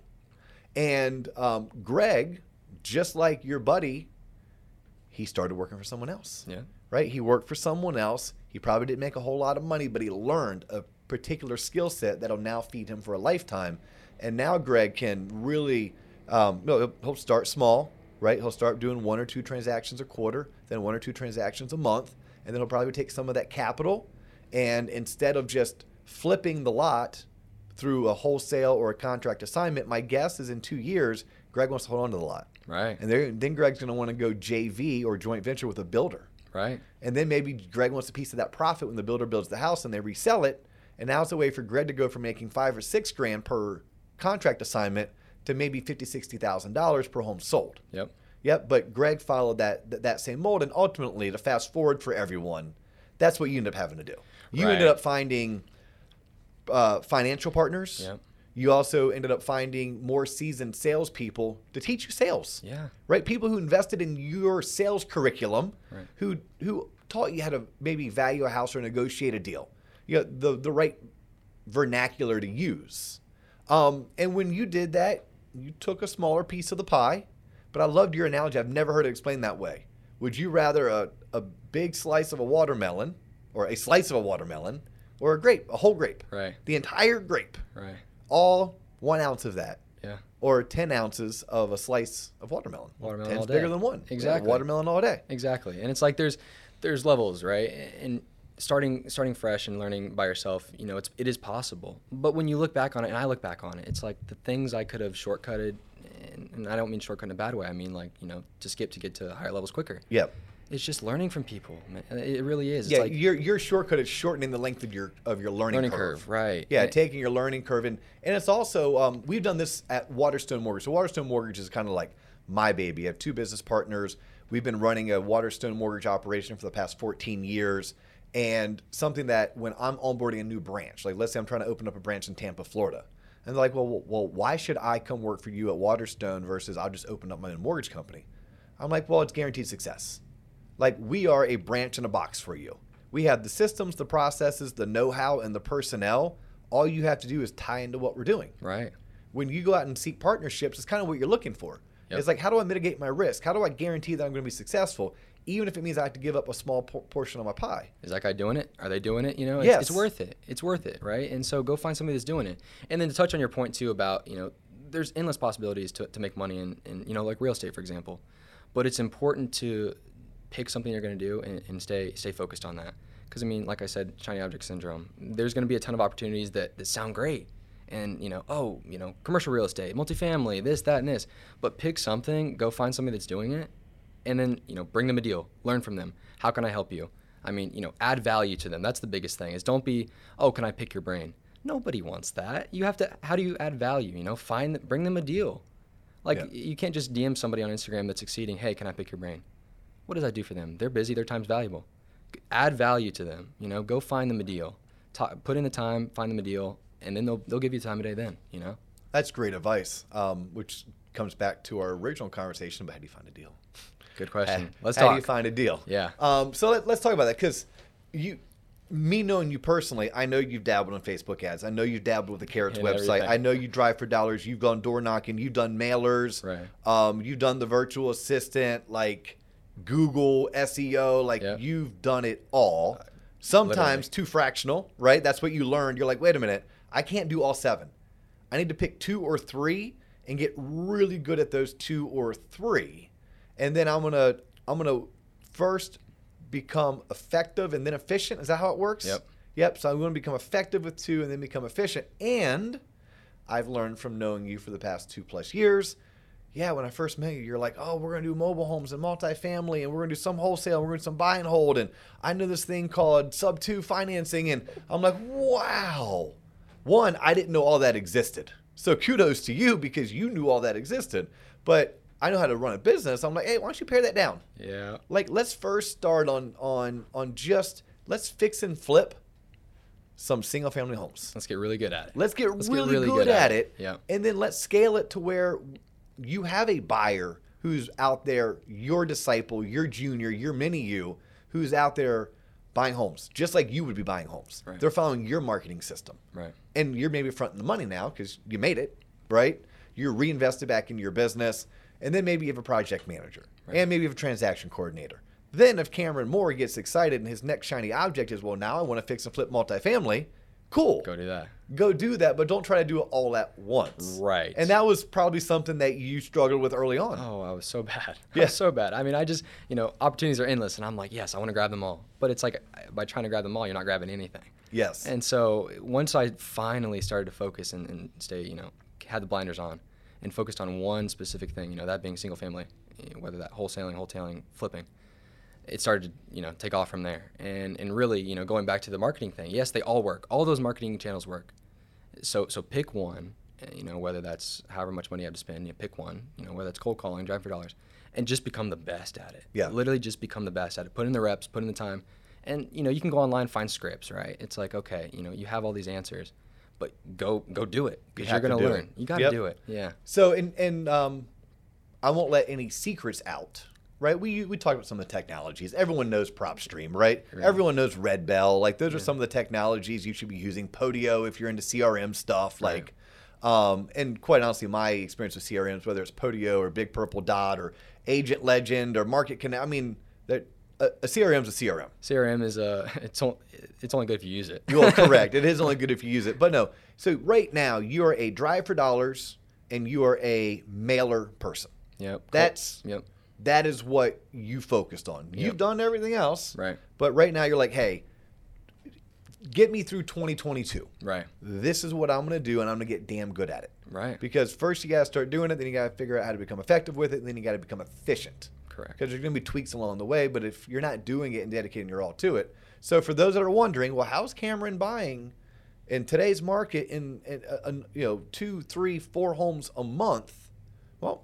S1: And um, Greg, just like your buddy, he started working for someone else
S2: Yeah.
S1: right? He worked for someone else. He probably didn't make a whole lot of money, but he learned a particular skill set that'll now feed him for a lifetime. And now Greg can really, um, no, he'll- he'll start small, right? He'll start doing one or two transactions a quarter, then one or two transactions a month, and then he'll probably take some of that capital, and instead of just flipping the lot through a wholesale or a contract assignment, my guess is in two years, Greg wants to hold on to the lot.
S2: Right.
S1: And there- then Greg's going to want to go JV or joint venture with a builder.
S2: Right.
S1: And then maybe Greg wants a piece of that profit when the builder builds the house and they resell it. And now it's a way for Greg to go from making five or six grand per contract assignment to maybe fifty, sixty thousand dollars per home sold.
S2: Yep.
S1: Yep, but Greg followed that, that that same mold, and ultimately, to fast forward for everyone, that's what you end up having to do. You ended
S2: Right.
S1: up finding uh, financial partners.
S2: Yep.
S1: You also ended up finding more seasoned salespeople to teach you sales
S2: Yeah.
S1: right? People who invested in your sales curriculum,
S2: Right.
S1: who who taught you how to maybe value a house or negotiate a deal. you know, the the right vernacular to use. Um, and when you did that, you took a smaller piece of the pie. But I loved your analogy. I've never heard it explained that way. Would you rather a, a big slice of a watermelon, or a slice of a watermelon, or a grape, a whole grape,
S2: Right.
S1: the entire grape,
S2: Right.
S1: all one ounce of that,
S2: Yeah.
S1: or 10 ounces of a slice of watermelon.
S2: Watermelon
S1: Ten's
S2: all day.
S1: bigger than one. We have
S2: Exactly.
S1: Watermelon all day.
S2: Exactly. And it's like there's there's levels, right? And starting starting fresh and learning by yourself, you know, it's it is possible. But when you look back on it, and I look back on it, it's like the things I could have shortcutted, and, and I don't mean shortcut in a bad way. I mean like you know to skip to get to higher levels quicker.
S1: Yeah.
S2: It's just learning from people. man. It really is. It's
S1: yeah,
S2: like
S1: your your shortcut is shortening the length of your of your learning,
S2: learning curve. right?
S1: Yeah,
S2: And-
S1: taking your learning curve and and it's also um, we've done this at Waterstone Mortgage. So Waterstone Mortgage is kind of like my baby. I have two business partners. We've been running a Waterstone Mortgage operation for the past 14 years. And something that when I'm onboarding a new branch, like let's say I'm trying to open up a branch in Tampa, Florida, and they're like, well, well, well, why should I come work for you at Waterstone versus I'll just open up my own mortgage company? I'm like, well, it's guaranteed success. Like we are a branch in a box for you. We have the systems, the processes, the know-how, and the personnel. All you have to do is tie into what we're doing.
S2: right.
S1: When you go out and seek partnerships, it's kind of what you're looking for.
S2: Yep.
S1: It's like, how do I mitigate my risk? How do I guarantee that I'm going to be successful, even if it means I have to give up a small por- portion of my pie?
S2: Is that guy doing it? Are they doing it? You know, it's,
S1: Yes.
S2: it's worth it. It's worth it, right? And so go find somebody that's doing it. And then to touch on your point too about, you know, there's endless possibilities to, to make money in, in, you know, like real estate, for example. But it's important to pick something you're going to do and, and stay stay focused on that. Because, I mean, like I said, shiny object syndrome, there's going to be a ton of opportunities that, that sound great. And, you know, oh, you know, commercial real estate, multifamily, this, that, and this. But pick something, go find somebody that's doing it, and then you know bring them a deal learn from them how can i help you i mean you know add value to them that's the biggest thing is don't be oh can i pick your brain nobody wants that you have to how do you add value you know find bring them a deal like
S1: Yeah.
S2: y- you can't just dm somebody on instagram that's succeeding hey can i pick your brain what does that do for them they're busy their time's valuable G- add value to them you know go find them a deal Ta put in the time find them a deal and then they'll, they'll give you time of day then you know
S1: That's great advice, um, which comes back to our original conversation about how do you find a deal.
S2: good question
S1: How-
S2: let's
S1: Eh, how
S2: talk
S1: do you find a deal?
S2: Yeah.
S1: Um, so let, let's talk about that because you, me knowing you personally, I know you've dabbled in Facebook ads. I know you've dabbled with the Carrots
S2: And
S1: website.
S2: everything.
S1: I know you drive for dollars. You've gone door knocking. You've done mailers.
S2: Right.
S1: Um, you've done the virtual assistant, like Google SEO. Like
S2: Yep.
S1: you've done it all. Sometimes too fractional, right? That's what you learned. You're like, wait a minute, I can't do all seven. I need to pick two or three and get really good at those two or three. And then I'm gonna I'm gonna first become effective and then efficient. Is that how it works?
S2: Yep.
S1: Yep. So I'm gonna become effective with two and then become efficient. And I've learned from knowing you for the past two plus years. Yeah, when I first met you, you're like, oh, we're gonna do mobile homes and multifamily, and we're gonna do some wholesale, and we're gonna do some buy and hold, and I know this thing called sub two financing, and I'm like, wow. One, I didn't know all that existed. So kudos to you because you knew all that existed. But I know how to run a business. I'm like, hey, why don't you pare that down?
S2: yeah
S1: like let's first start on on on just let's fix and flip some single family homes
S2: let's get really good at it
S1: let's get,
S2: Let's get
S1: really,
S2: really
S1: good,
S2: good
S1: at,
S2: at
S1: it,
S2: it. Yeah.
S1: and then let's scale it to where you have a buyer who's out there your disciple your junior your mini you who's out there buying homes just like you would be buying homes
S2: Right.
S1: they're following your marketing system
S2: right
S1: and you're maybe fronting the money now because you made it, right? You're reinvested back into your business, and then maybe you have a project manager, and maybe you have a transaction coordinator. Then if Cameron Moore gets excited and his next shiny object is, well, now I want to fix and flip multifamily, cool.
S2: go do that
S1: Go do that, but don't try to do it all at once.
S2: Right.
S1: And that was probably something that you struggled with early on.
S2: Oh, I was so bad.
S1: Yeah.
S2: Yeah, so bad. I mean, I just, you know, opportunities are endless, and I'm like, yes, I want to grab them all. But it's like I- by trying to grab them all, you're not grabbing anything.
S1: Yes.
S2: And so once I finally started to focus and, and stay, you know, had the blinders on and focused on one specific thing, you know, that being single family, eh, whether that wholesaling, wholetailing, flipping, it started to, you know, take off from there. And and really, you know, going back to the marketing thing, yes, they all work. All those marketing channels work. So so pick one, eh, you know, whether that's however much money you have to spend, you pick one, you know, whether it's cold calling, drive for dollars, and just become the best at it.
S1: Yeah.
S2: Literally just become the best at it. Put in the reps, put in the time. And you know, you can go online, find scripts, right? It's like, okay, you know, you have all these answers, but go go do it. Because you are
S1: have to
S2: gonna
S1: do
S2: learn.
S1: it.
S2: You gotta
S1: Yep.
S2: do it. Yeah.
S1: So and and um, I won't let any secrets out right? We we talked about some of the technologies. Everyone knows PropStream, right? Everyone knows Red Bell. Like those are some of the technologies you should be using. Podio, if you're into CRM stuff, like. Um, and quite honestly, my experience with CRMs, whether it's Podio or Big Purple Dot or Agent Legend or Market Connect, I mean, that a, a CRM's a CRM.
S2: CRM is uh, it's on, it's only good if you use it.
S1: You are correct. It is only good if you use it. But no, so right now you are a drive for dollars and you are a mailer person.
S2: Yep. Cool.
S1: That's
S2: Yep.
S1: that is what you focused on. You've done everything else,
S2: Right.
S1: But right now you're like, hey, get me through 2022.
S2: Right.
S1: This is what I'm going to do, and I'm going to get damn good at it.
S2: Right.
S1: Because first you got to start doing it, then you got to figure out how to become effective with it, and then you got to become efficient.
S2: Correct.
S1: Because there's going to be tweaks along the way, but if you're not doing it and dedicating your all to it, so for those that are wondering, well, how's Cameron buying in today's market in, in, uh, uh, you know two, three, four homes a month? Well,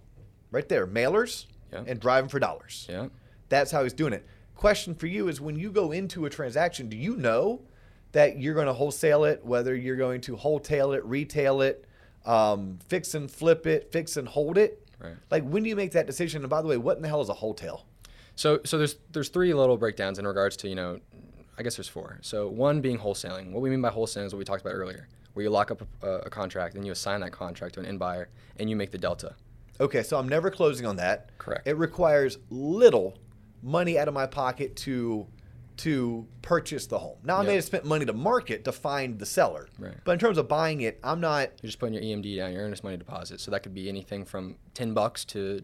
S1: right there, mailers
S2: Yeah.
S1: and driving for dollars.
S2: Yep.
S1: That's how he's doing it. Question for you is when you go into a transaction, do you know that you're going to wholesale it, whether you're going to wholesale it, retail it, um, fix and flip it, fix and hold it?
S2: Right.
S1: Like when do you make that decision? And by the way, what in the hell is a wholesale?
S2: So so there's there's three little breakdowns in regards to you know, I guess there's four. So one being wholesaling. What we mean by wholesaling is what we talked about earlier, where you lock up a, a contract and you assign that contract to an end buyer and you make the delta.
S1: Okay, so I'm never closing on that.
S2: Correct.
S1: It requires little money out of my pocket to to purchase the home. Now I may
S2: Yep.
S1: have spent money to market to find the seller,
S2: Right.
S1: but in terms of buying it, I'm not
S2: You're just putting your EMD down, your earnest money deposit. So that could be anything from ten bucks to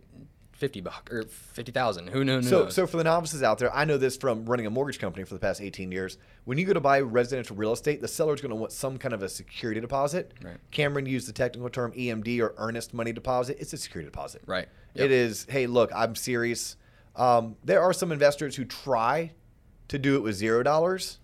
S2: fifty buck or fifty thousand. Who knew? who
S1: So,
S2: knows?
S1: so for the novices out there, I know this from running a mortgage company for the past 18 years. When you go to buy residential real estate, the seller's going to want some kind of a security deposit.
S2: Right.
S1: Cameron used the technical term EMD or earnest money deposit. It's a security deposit.
S2: Right.
S1: It
S2: Yep.
S1: is. Hey, look, I'm serious. Um, there are some investors who try to do it with zero dollars.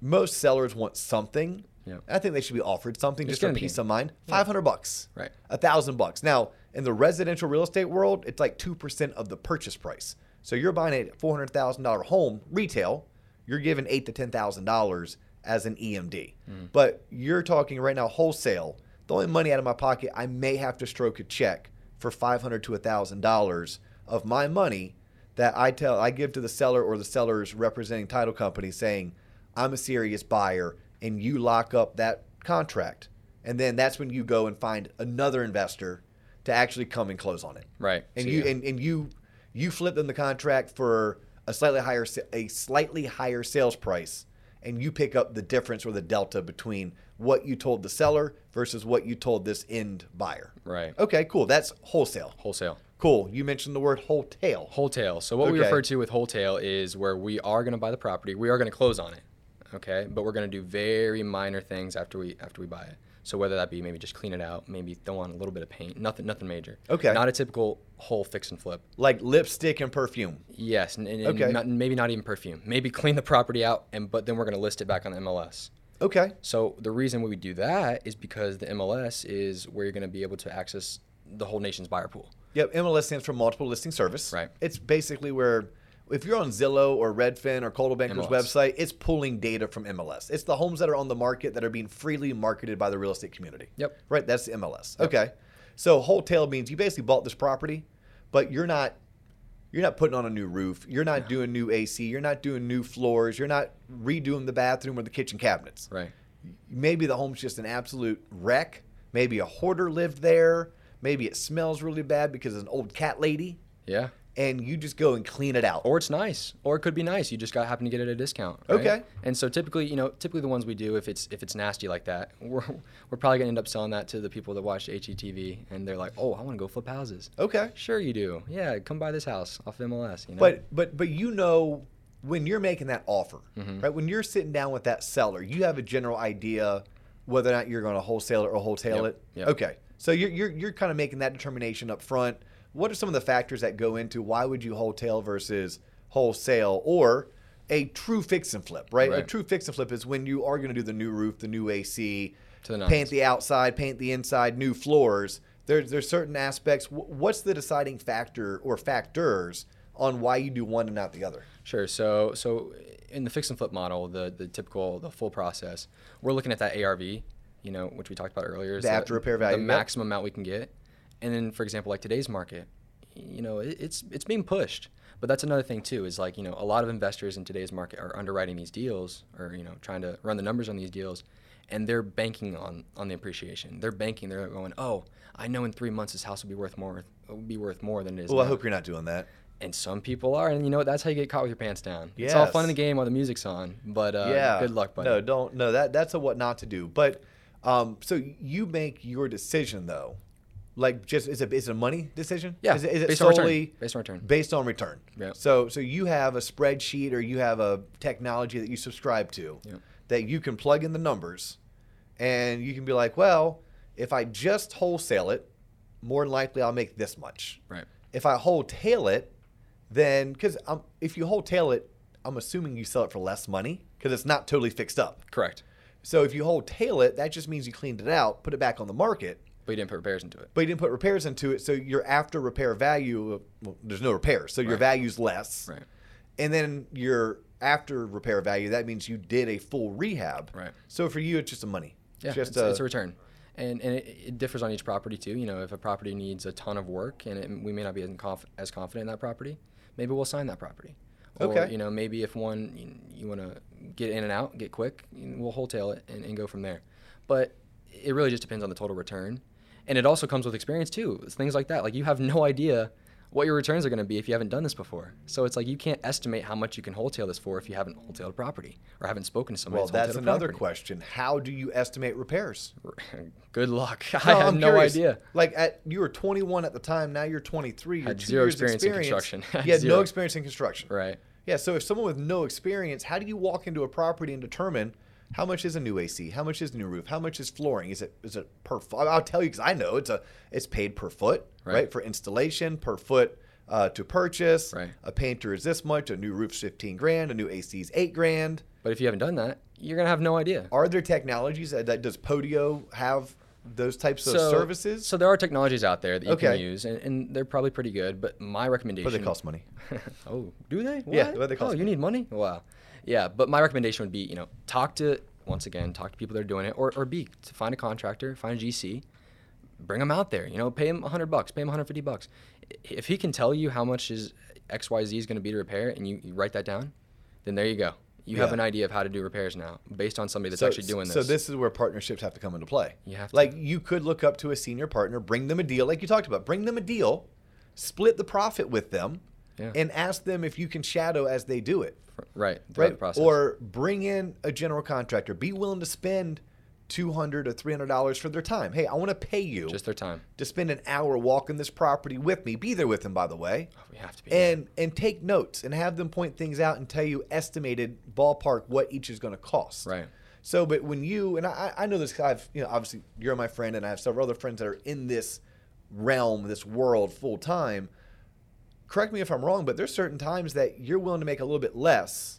S1: Most sellers want something.
S2: Yep.
S1: I think they should be offered something
S2: It's
S1: just for
S2: gonna be-
S1: peace of mind. Five hundred bucks.
S2: Right.
S1: A thousand bucks. Now, in the residential real estate world, it's like two percent of the purchase price. So you're buying a four hundred thousand dollar home retail, you're giving eight to ten thousand dollars as an EMD. But you're talking right now wholesale. The only money out of my pocket, I may have to stroke a check for five hundred to thousand dollars of my money that I tell I give to the seller or the seller's representing title company saying, I'm a serious buyer and you lock up that contract. And then that's when you go and find another investor to actually come and close on it.
S2: Right.
S1: And
S2: So,
S1: you
S2: yeah.
S1: and, and you you flip them the contract for a slightly higher sa- a slightly higher sales price and you pick up the difference or the delta between what you told the seller versus what you told this end buyer.
S2: Right.
S1: Okay, cool. That's wholesale.
S2: Wholesale.
S1: Cool. You mentioned the word wholesale.
S2: Wholesale. So what we
S1: Okay.
S2: refer to with wholesale is where we are going to buy the property, we are going to close on it, okay, but we're going to do very minor things after we after we buy it. So whether that be maybe just clean it out, maybe throw on a little bit of paint, nothing nothing major.
S1: Okay.
S2: Not a typical whole fix and flip.
S1: like lipstick and perfume.
S2: Yes, and, and- and
S1: Okay.
S2: not, maybe not even perfume. Maybe clean the property out, and but then we're going to list it back on the MLS.
S1: Okay.
S2: So the reason we do that is because the MLS is where you're going to be able to access the whole nation's buyer pool.
S1: Yep. MLS stands for Multiple Listing Service.
S2: Right.
S1: It's basically where, if you're on Zillow or Redfin or Coldwell Banker's
S2: MLS.
S1: website, it's pulling data from MLS. It's the homes that are on the market that are being freely marketed by the real estate community.
S2: Yep.
S1: Right. That's the MLS. Okay. So wholesale means you basically bought this property, but you're not. You're not putting on a new roof. You're not doing new AC. You're not doing new floors. You're not redoing the bathroom or the kitchen cabinets.
S2: Right.
S1: maybe the home's just an absolute wreck. Maybe a hoarder lived there. Maybe it smells really bad because it's an old cat lady,
S2: Yeah.
S1: and you just go and clean it out.
S2: Or it's nice, or it could be nice. You just got happen to get it at a discount. right?
S1: Okay.
S2: And so typically, you know, typically the ones we do, if it's if it's nasty like that, we're we're probably gonna end up selling that to the people that watch HETV, and they're like, oh, I want to go flip houses.
S1: Okay,
S2: Sure you do. Yeah, come buy this house off MLS. You know.
S1: but but but you know when you're making that offer,
S2: Mm-hmm.
S1: right? When you're sitting down with that seller, you have a general idea whether or not you're going to wholesale it or wholesale
S2: Yep,
S1: it.
S2: yep.
S1: Okay, so you're you're you're kind of making that determination up front. What are some of the factors that go into why would you wholesale versus wholesale or a true fix and flip, right? A
S2: Right.
S1: true fix and flip is when you are going to do the new roof, the new AC,
S2: To the nines.
S1: paint the outside, paint the inside, new floors. There's there's certain aspects. Wh- What's the deciding factor or factors on why you do one and not the other?
S2: Sure. So so in the fix and flip model, the the typical the full process, we're looking at that ARV, you know, which we talked about earlier. is
S1: The after repair value,
S2: the
S1: yep.
S2: maximum amount we can get. And then, for example, like today's market, you know, it, it's it's being pushed. But that's another thing too is like you know a lot of investors in today's market are underwriting these deals or you know trying to run the numbers on these deals, and they're banking on on the appreciation. They're banking. They're going, oh, I know in three months this house will be worth more will be worth more than it is.
S1: Well, I
S2: now."
S1: hope you're not doing that.
S2: and some people are, and you know what? That's how you get caught with your pants down. It's all fun in the
S1: Yes.
S2: game while the music's on, but uh,
S1: yeah.
S2: good luck, buddy.
S1: No, don't. No, that that's a what not to do. But um, so you make your decision though, like just is it is it a money decision?
S2: Yeah,
S1: Is it, is it
S2: based on return.
S1: solely
S2: Based on return.
S1: Based on return.
S2: Yeah.
S1: So so you have a spreadsheet or you have a technology that you subscribe to
S2: Yeah.
S1: that you can plug in the numbers, and you can be like, well, if I just wholesale it, more than likely I'll make this much.
S2: Right.
S1: If I wholesale it, then because if you wholesale it, I'm assuming you sell it for less money because it's not totally fixed up.
S2: Correct.
S1: So if you wholesale it, that just means you cleaned it out, put it back on the market,
S2: But you didn't put repairs into it.
S1: but you didn't put repairs into it. So your after repair value, of- well, there's no repairs, so your
S2: Right.
S1: value's less.
S2: Right.
S1: And then your after repair value, that means you did a full rehab.
S2: Right.
S1: So for you, it's just a money.
S2: Yeah,
S1: Just uh,
S2: it's,
S1: a,
S2: it's a return. And, and it, it differs on each property too. You know, if a property needs a ton of work and it, we may not be as, conf- as confident in that property, maybe we'll sign that property. Or,
S1: Okay.
S2: you know, maybe if one you, want to get in and out, get quick, you know, we'll wholesale it and, and go from there. But it really just depends on the total return. And it also comes with experience too. It's things like that. Like you have no idea what your returns are going to be if you haven't done this before. So it's like you can't estimate how much you can wholesale this for if you haven't wholesale a property or haven't spoken to somebody.
S1: well, that's
S2: wholesaled a
S1: another
S2: property.
S1: question. How do you estimate repairs?
S2: Good luck. I
S1: No,
S2: had
S1: I'm
S2: no
S1: curious.
S2: idea.
S1: Like at you were 21 at the time. Now you're 23. You're
S2: Had
S1: two
S2: zero
S1: years
S2: experience in construction.
S1: you had no
S2: Zero.
S1: experience in construction.
S2: Right.
S1: Yeah. So if someone with no experience, how do you walk into a property and determine how much is a new AC? How much is a new roof? How much is flooring? Is it is it per? fo- I'll tell you because I know it's a it's paid per foot, right?
S2: Right.
S1: for installation per foot. Uh, to purchase,
S2: Right.
S1: a painter is this much. A new roof's fifteen grand. A new AC is eight grand.
S2: But if you haven't done that, you're gonna have no idea.
S1: Are there technologies that, that does Podio have those types of services?
S2: So there are technologies out there that you
S1: Okay.
S2: can use, and, and they're probably pretty good. But my recommendation.
S1: but they cost money.
S2: oh, do they?
S1: Yeah,
S2: What?
S1: but they cost
S2: oh, you need money? Wow. Yeah, but my recommendation would be, you know, talk to once again, talk to people that are doing it, or or be to find a contractor, find a GC, bring him out there. You know, pay him 100 bucks, pay him 150 bucks. I- If he can tell you how much is X Y Z is going to be to repair, it, and you, you write that down, then there you go. You have
S1: Yeah.
S2: an idea of how to do repairs now, based on somebody that's actually doing this.
S1: So this is where partnerships have to come into play.
S2: You have to.
S1: like you could look up to a senior partner, bring them a deal, like you talked about, bring them a deal, split the profit with them,
S2: Yeah.
S1: and ask them if you can shadow as they do it,
S2: right throughout
S1: right?
S2: the process.
S1: Or bring in a general contractor, be willing to spend two hundred or three hundred dollars for their time. Hey, I want to pay you
S2: just their time.
S1: to spend an hour walking this property with me. Be there with them, by the way.
S2: Oh, We have to be.
S1: and and take notes and have them point things out and tell you estimated ballpark what each is going to cost.
S2: Right.
S1: So, but when you and I, I know this, 'cause I've you know obviously you're my friend, and I have several other friends that are in this realm, this world full time. Correct me if I'm wrong, but there's certain times that you're willing to make a little bit less.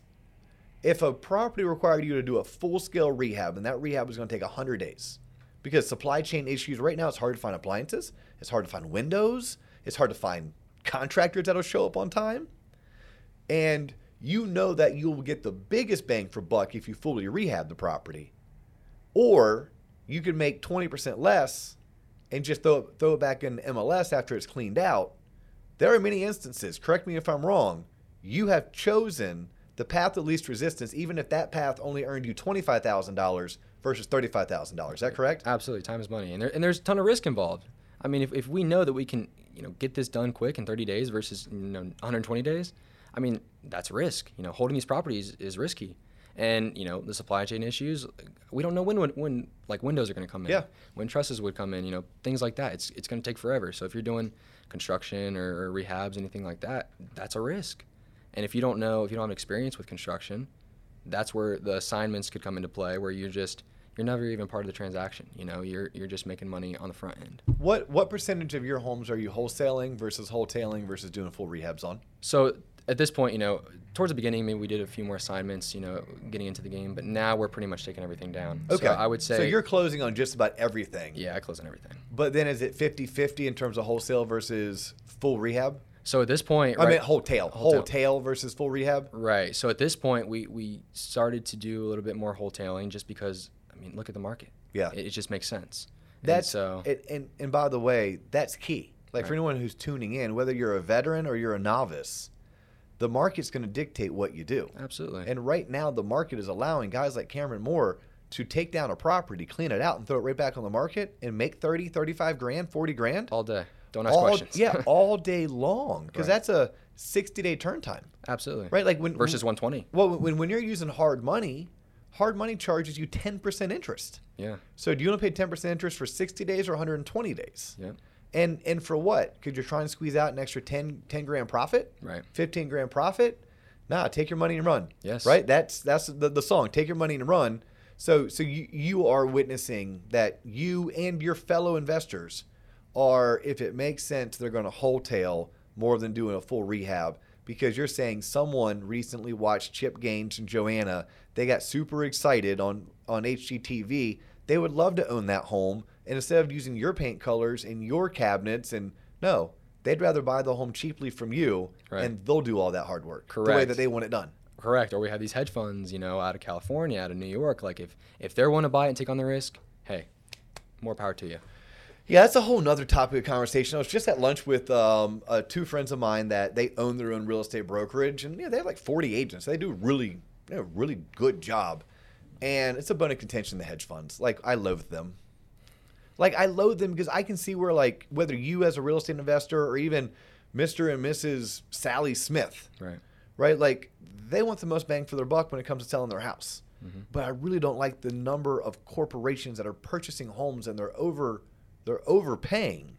S1: If a property required you to do a full scale rehab, and that rehab was going to take 100 days because supply chain issues right now, it's hard to find appliances, it's hard to find windows, it's hard to find contractors that'll show up on time and you know that you'll get the biggest bang for buck if you fully rehab the property, or you can make 20% less and just throw it, throw it back in MLS after it's cleaned out. There are many instances, correct me if I'm wrong, you have chosen the path of least resistance, even if that path only earned you $25,000 versus $35,000. Is that correct?
S2: Absolutely, time is money, and there and there's a ton of risk involved. I mean, if, if we know that we can, you know, get this done quick in 30 days versus you know 120 days, I mean, that's risk. You know, holding these properties is risky, and you know the supply chain issues. We don't know when when, when like windows are going to come in,
S1: Yeah.
S2: when trusses would come in, you know, things like that. It's it's going to take forever. So if you're doing construction or, or rehabs, anything like that, that's a risk. And if you don't know, if you don't have experience with construction, that's where the assignments could come into play where you're just you're never even part of the transaction you know you're you're just making money on the front end
S1: What, what percentage of your homes are you wholesaling versus wholesaling versus doing full rehabs on?
S2: so at this point you know towards the beginning maybe we did a few more assignments you know getting into the game but now we're pretty much taking everything down so i would say
S1: So you're closing on just about everything.
S2: yeah i close on everything
S1: But then is it 50 50 in terms of wholesale versus full rehab?
S2: so at this point
S1: I
S2: right,
S1: mean, wholesale.
S2: Wholesale.
S1: Wholesale versus full rehab?
S2: right so at this point we we started to do a little bit more wholesaling just because i mean look at the market
S1: Yeah.
S2: it, it just makes sense And
S1: That's
S2: so
S1: and, and and by the way, that's key. Like for anyone who's tuning in, whether you're a veteran or you're a novice, the market's going to dictate what you do.
S2: Absolutely.
S1: And right now, the market is allowing guys like Cameron Moore to take down a property, clean it out, and throw it right back on the market and make 30, 35 grand, 40 grand.
S2: all day. Don't ask
S1: all-
S2: questions.
S1: yeah, all day long. Because
S2: Right.
S1: that's a 60 day turn time,
S2: Absolutely.
S1: right? Like when
S2: Versus 120.
S1: Well, when, when you're using hard money, hard money charges you 10% interest.
S2: Yeah.
S1: So do you want to pay 10% interest for 60 days or 120 days?
S2: Yeah.
S1: And and for what? Because you're trying to squeeze out an extra 10, 10 grand profit,
S2: Right.
S1: 15 grand profit. Nah, take your money and run.
S2: Yes.
S1: Right? That's that's the, the song. Take your money and run. So so you, you are witnessing that you and your fellow investors are, if it makes sense, they're gonna wholetail more than doing a full rehab because you're saying someone recently watched Chip Gaines and Joanna. They got super excited on on HGTV. They would love to own that home, and instead of using your paint colors and your cabinets, and no, they'd rather buy the home cheaply from you,
S2: Right.
S1: and they'll do all that hard work the way
S2: Correct.
S1: that they want it done.
S2: Correct. Or we have these hedge funds, you know, out of California, out of New York. Like if if they want to buy it and take on the risk, hey, more power to you.
S1: Yeah, that's a whole nother topic of conversation. I was just at lunch with um, uh, two friends of mine that they own their own real estate brokerage, and you know, they have like 40 agents. They do really, they do a really good job. And it's a bone of contention the hedge funds. Like I loathe them. Like I loathe them because I can see where like whether you as a real estate investor or even Mr. and Mrs. Sally Smith,
S2: Right.
S1: right? Like they want the most bang for their buck when it comes to selling their house.
S2: Mm-hmm.
S1: But I really don't like the number of corporations that are purchasing homes and they're over they're overpaying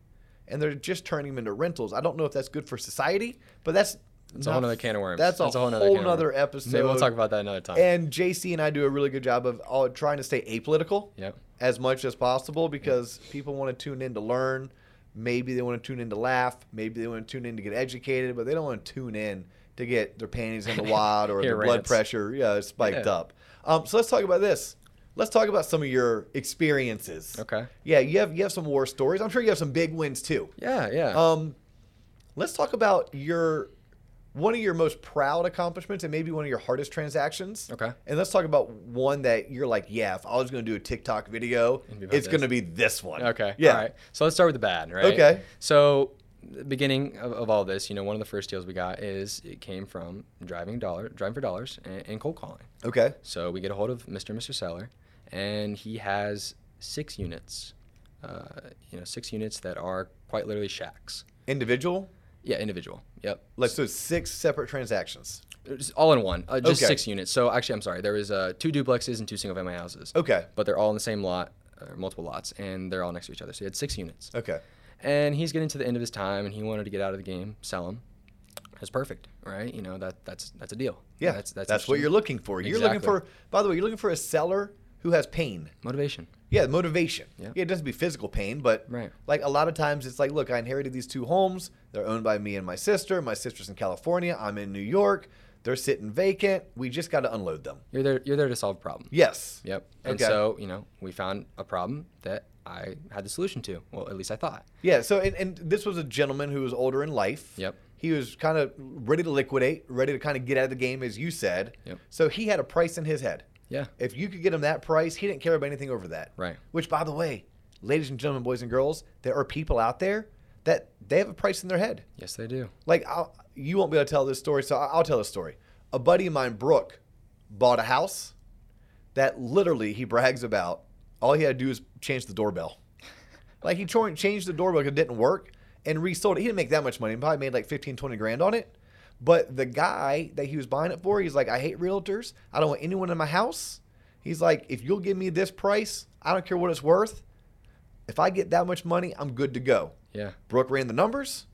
S1: and they're just turning them into rentals. I don't know if that's good for society, but that's
S2: It's a whole other can of worms.
S1: That's, a,
S2: nother
S1: whole
S2: can of worms.
S1: nother episode.
S2: Maybe we'll talk about that another time.
S1: And JC and I do a really good job of all, trying to stay apolitical
S2: Yep.
S1: as much as possible because people want to tune in to learn. Maybe they want to tune in to laugh. Maybe they want to tune in to get educated, but they don't want to tune in to get their panties in the wad or
S2: Hear
S1: their blood
S2: rants.
S1: pressure yeah, spiked
S2: Yeah.
S1: up. Um, so let's talk about this. Let's talk about some of your experiences.
S2: Okay.
S1: Yeah, you have you have some war stories. I'm sure you have some big wins too.
S2: Yeah, yeah.
S1: Um, let's talk about your one of your most proud accomplishments and maybe one of your hardest transactions.
S2: Okay.
S1: And let's talk about one that you're like, yeah, if I was going to do a TikTok video,
S2: It'd be about
S1: it's
S2: this.
S1: going to be this one.
S2: Okay.
S1: Yeah.
S2: All right. So let's start with the bad, right?
S1: Okay.
S2: So the beginning of, of all this, you know, one of the first deals we got is it came from driving dollar, driving for dollars, and, and cold calling.
S1: Okay.
S2: So we get a hold of Mr. and Mr. Seller, and he has six units, uh, you know, six units that are quite literally shacks.
S1: Individual.
S2: Yeah, individual. Yep.
S1: Like so, it's six separate transactions.
S2: It's all in one. Uh, just
S1: Okay.
S2: six units. So actually, I'm sorry. There was uh, two duplexes and two single-family houses.
S1: Okay.
S2: But they're all in the same lot, or multiple lots, and they're all next to each other. So he had six units.
S1: Okay.
S2: and he's getting to the end of his time and he wanted to get out of the game sell him that's perfect right you know that that's that's a deal
S1: Yeah.
S2: that's that's,
S1: what you're
S2: interesting.
S1: looking for. You're looking for.
S2: Exactly.
S1: By the way, you're looking for a seller who has pain.
S2: motivation
S1: Yeah, motivation. Yeah.
S2: Yeah.
S1: it doesn't be physical pain, but
S2: Right.
S1: like a lot of times it's like, look, I inherited these two homes. They're owned by me and my sister. My sister's in California. I'm in New York. They're sitting vacant. We just got to unload them.
S2: you're there you're there to solve a problem
S1: Yes.
S2: yep and
S1: Okay.
S2: so you know we found a problem that i had the solution to well at least i thought
S1: Yeah. So, and, and this was a gentleman who was older in life.
S2: Yep.
S1: He was kind of ready to liquidate, ready to kind of get out of the game, as you said.
S2: Yep.
S1: So he had a price in his head.
S2: yeah
S1: If you could get him that price, he didn't care about anything over that.
S2: Right.
S1: Which, by the way, ladies and gentlemen, boys and girls, there are people out there that they have a price in their head.
S2: yes they do
S1: like I'll, you won't be able to tell this story, so I- I'll tell the story. A buddy of mine, Brooke, bought a house that literally he brags about. All he had to do is change the doorbell. Like he chor- changed the doorbell 'cause it didn't work and resold it. He didn't make that much money. He probably made like 15, 20 grand on it. But the guy that he was buying it for, he's like, I hate realtors. I don't want anyone in my house. He's like, if you'll give me this price, I don't care what it's worth. If I get that much money, I'm good to go.
S2: yeah
S1: Brooke ran the numbers.